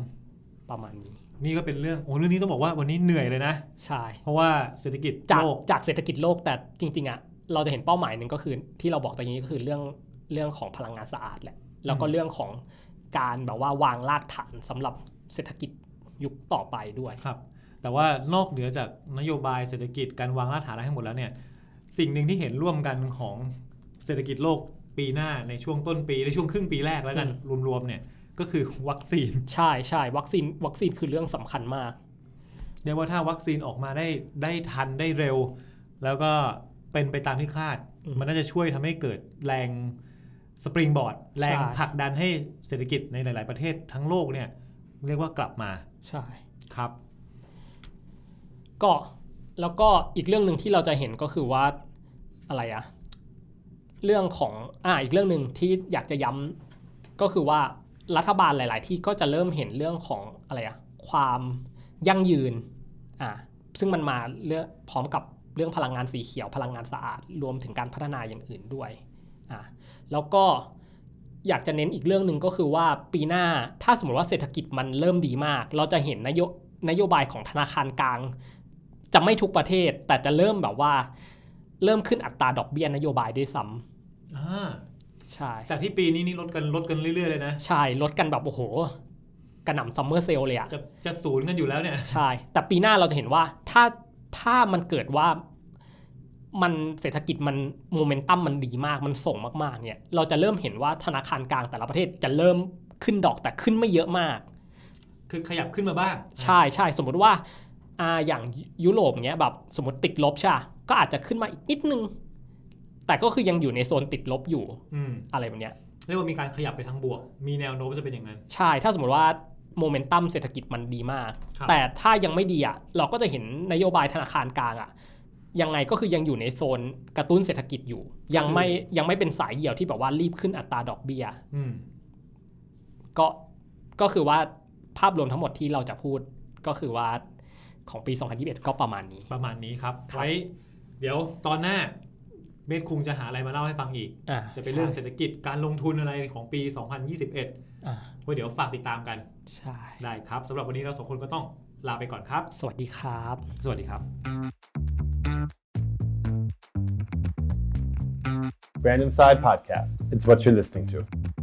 Speaker 2: ประมาณนี้
Speaker 3: นี่ก็เป็นเรื่องโอ้เรื่องนี้ต้องบอกว่าวันนี้เหนื่อยเลยนะ
Speaker 2: ใช่
Speaker 3: เพราะว่าเศรษฐกิจ
Speaker 2: จาก
Speaker 3: โลก
Speaker 2: จากเศรษฐกิจโลกแต่จริง ๆอ่ะเราจะเห็นเป้าหมายหนึ่งก็คือ ที่เราบอกตอนนี้ก็คือเรื่องเรื่องของพลังงานสะอาดแหละแล้วก็
Speaker 3: อืม
Speaker 2: เรื่องของการแบบว่าวางรากฐานสำหรับเศรษฐกิจยุคต่อไปด้วย
Speaker 3: ครับ แต่ว่านอกเหนือจากนโยบายเศรษฐกิจการวางรากฐานอะไรทั้งหมดแล้วเนี่ย สิ่งหนึ่งที่เห็นร่วมกันของเศรษฐกิจโลกปีหน้าในช่วงต้นปีในช่วงครึ่งปีแรกแล้วกันรวมๆเนี่ยก็คือวัคซีน
Speaker 2: ใช่ใช่วัคซีนวัคซีนคือเรื่องสำคัญมาก
Speaker 3: เรียกว่าถ้าวัคซีนออกมาได้ได้ทันได้เร็ว แล้วก็เป็นไปตามที่คาด
Speaker 2: อืม
Speaker 3: มันน่าจะช่วยทำให้เกิดแรงสปริงบอร์ดแรง
Speaker 2: ใช่
Speaker 3: ผลักดันให้เศรษฐกิจในหลาย ๆ ประเทศทั้งโลกเนี่ยเรียกว่ากลับมา
Speaker 2: ใช่
Speaker 3: ครับ
Speaker 2: ก็แล้วก็อีกเรื่องหนึ่งที่เราจะเห็นก็คือว่าอะไรอะเรื่องของอ่าอีกเรื่องหนึ่งที่อยากจะย้ำก็คือว่ารัฐบาลหลาย ๆ ที่ก็จะเริ่มเห็นเรื่องของอะไรอะความยั่งยืนอ่าซึ่งมันมาเรื่องพร้อมกับเรื่องพลังงานสีเขียวพลังงานสะอาดรวมถึงการพัฒนาอย่างอื่นด้วยอ่าแล้วก็อยากจะเน้นอีกเรื่องหนึ่งก็คือว่าปีหน้าถ้าสมมติว่าเศรษฐกิจมันเริ่มดีมาก เราจะเห็นนโยนโยบายของธนาคารกลาง จะไม่ทุกประเทศแต่จะเริ่มแบบว่า เริ่มขึ้นอัตราดอกเบี้ยนโยบายด้วยซ้
Speaker 3: อ่า
Speaker 2: ำใช่
Speaker 3: จากที่ปีนี้นี่ลดกันลดกันเรื่อย ๆ เลยนะ
Speaker 2: ใช่ลดกันแบบโอ้โห กระหน่ำซัมเมอร์เซลเลยอะ
Speaker 3: จะจะศูนย์กันอยู่แล้วเนี่ย
Speaker 2: ใช่ แต่ปีหน้าเราจะเห็นว่าถ้าถ้ามันเกิดว่ามันเศรษฐกิจมันโมเมนตัมมันดีมากมันส่งมากๆเนี่ย เราจะเริ่มเห็นว่าธนาคารกลางแต่ละประเทศจะเริ่มขึ้นดอกแต่ขึ้นไม่เยอะมาก
Speaker 3: คือขยับขึ้นมาบ้าง
Speaker 2: ใช่ใช่สมมุติว่าอ่าอย่างยุโรปเนี้ยแบบสมมติติดลบใช่ปะก็อาจจะขึ้นมาอีกนิดนึง แต่ก็คือยังอยู่ในโซนติดลบอยู่
Speaker 3: อืม
Speaker 2: อะไรแบบเนี้ย
Speaker 3: เรียกว่ามีการขยับไปทางบวก มีแนวโน้มว่าจะเป็นอย่างนั้น
Speaker 2: ใช่ถ้าสมมติว่าโมเมนตัมเศรษฐกิจมันดีมาก
Speaker 3: ครับ
Speaker 2: แต่ถ้ายังไม่ดีอ่ะเราก็จะเห็นนโยบายธนาคารกลางอ่ะยังไงก็คือยังอยู่ในโซนกระตุ้นเศรษฐกิจอยู่ ยังไม่ยังไม่เป็นสายเหี่ยวที่แบบว่ารีบขึ้นอัตราดอกเบี้ย
Speaker 3: อืม
Speaker 2: ก็ก็คือว่าภาพรวมทั้งหมดที่เราจะพูดก็คือว่าของปี 2021 ก็ประมาณนี้
Speaker 3: ประมาณนี้ครับ
Speaker 2: ครับ
Speaker 3: ไว้เดี๋ยวตอนหน้าเมธคุงจะหาอะไรมาเล่าให้ฟังอีก
Speaker 2: อ่า
Speaker 3: จะเป็นเรื่อง
Speaker 2: ใช่
Speaker 3: เศรษฐกิจการลงทุนอะไรของปี 2021
Speaker 2: อ่า
Speaker 3: ไว้เดี๋ยวฝากติดตามกัน
Speaker 2: ใช่
Speaker 3: ได้ครับสำหรับวันนี้เราสองคนก็ต้องลาไปก่อนครับ
Speaker 2: สวัสดีครับ
Speaker 3: สวัสดีครับ
Speaker 1: Brand Inside Podcast. It's what you're listening to.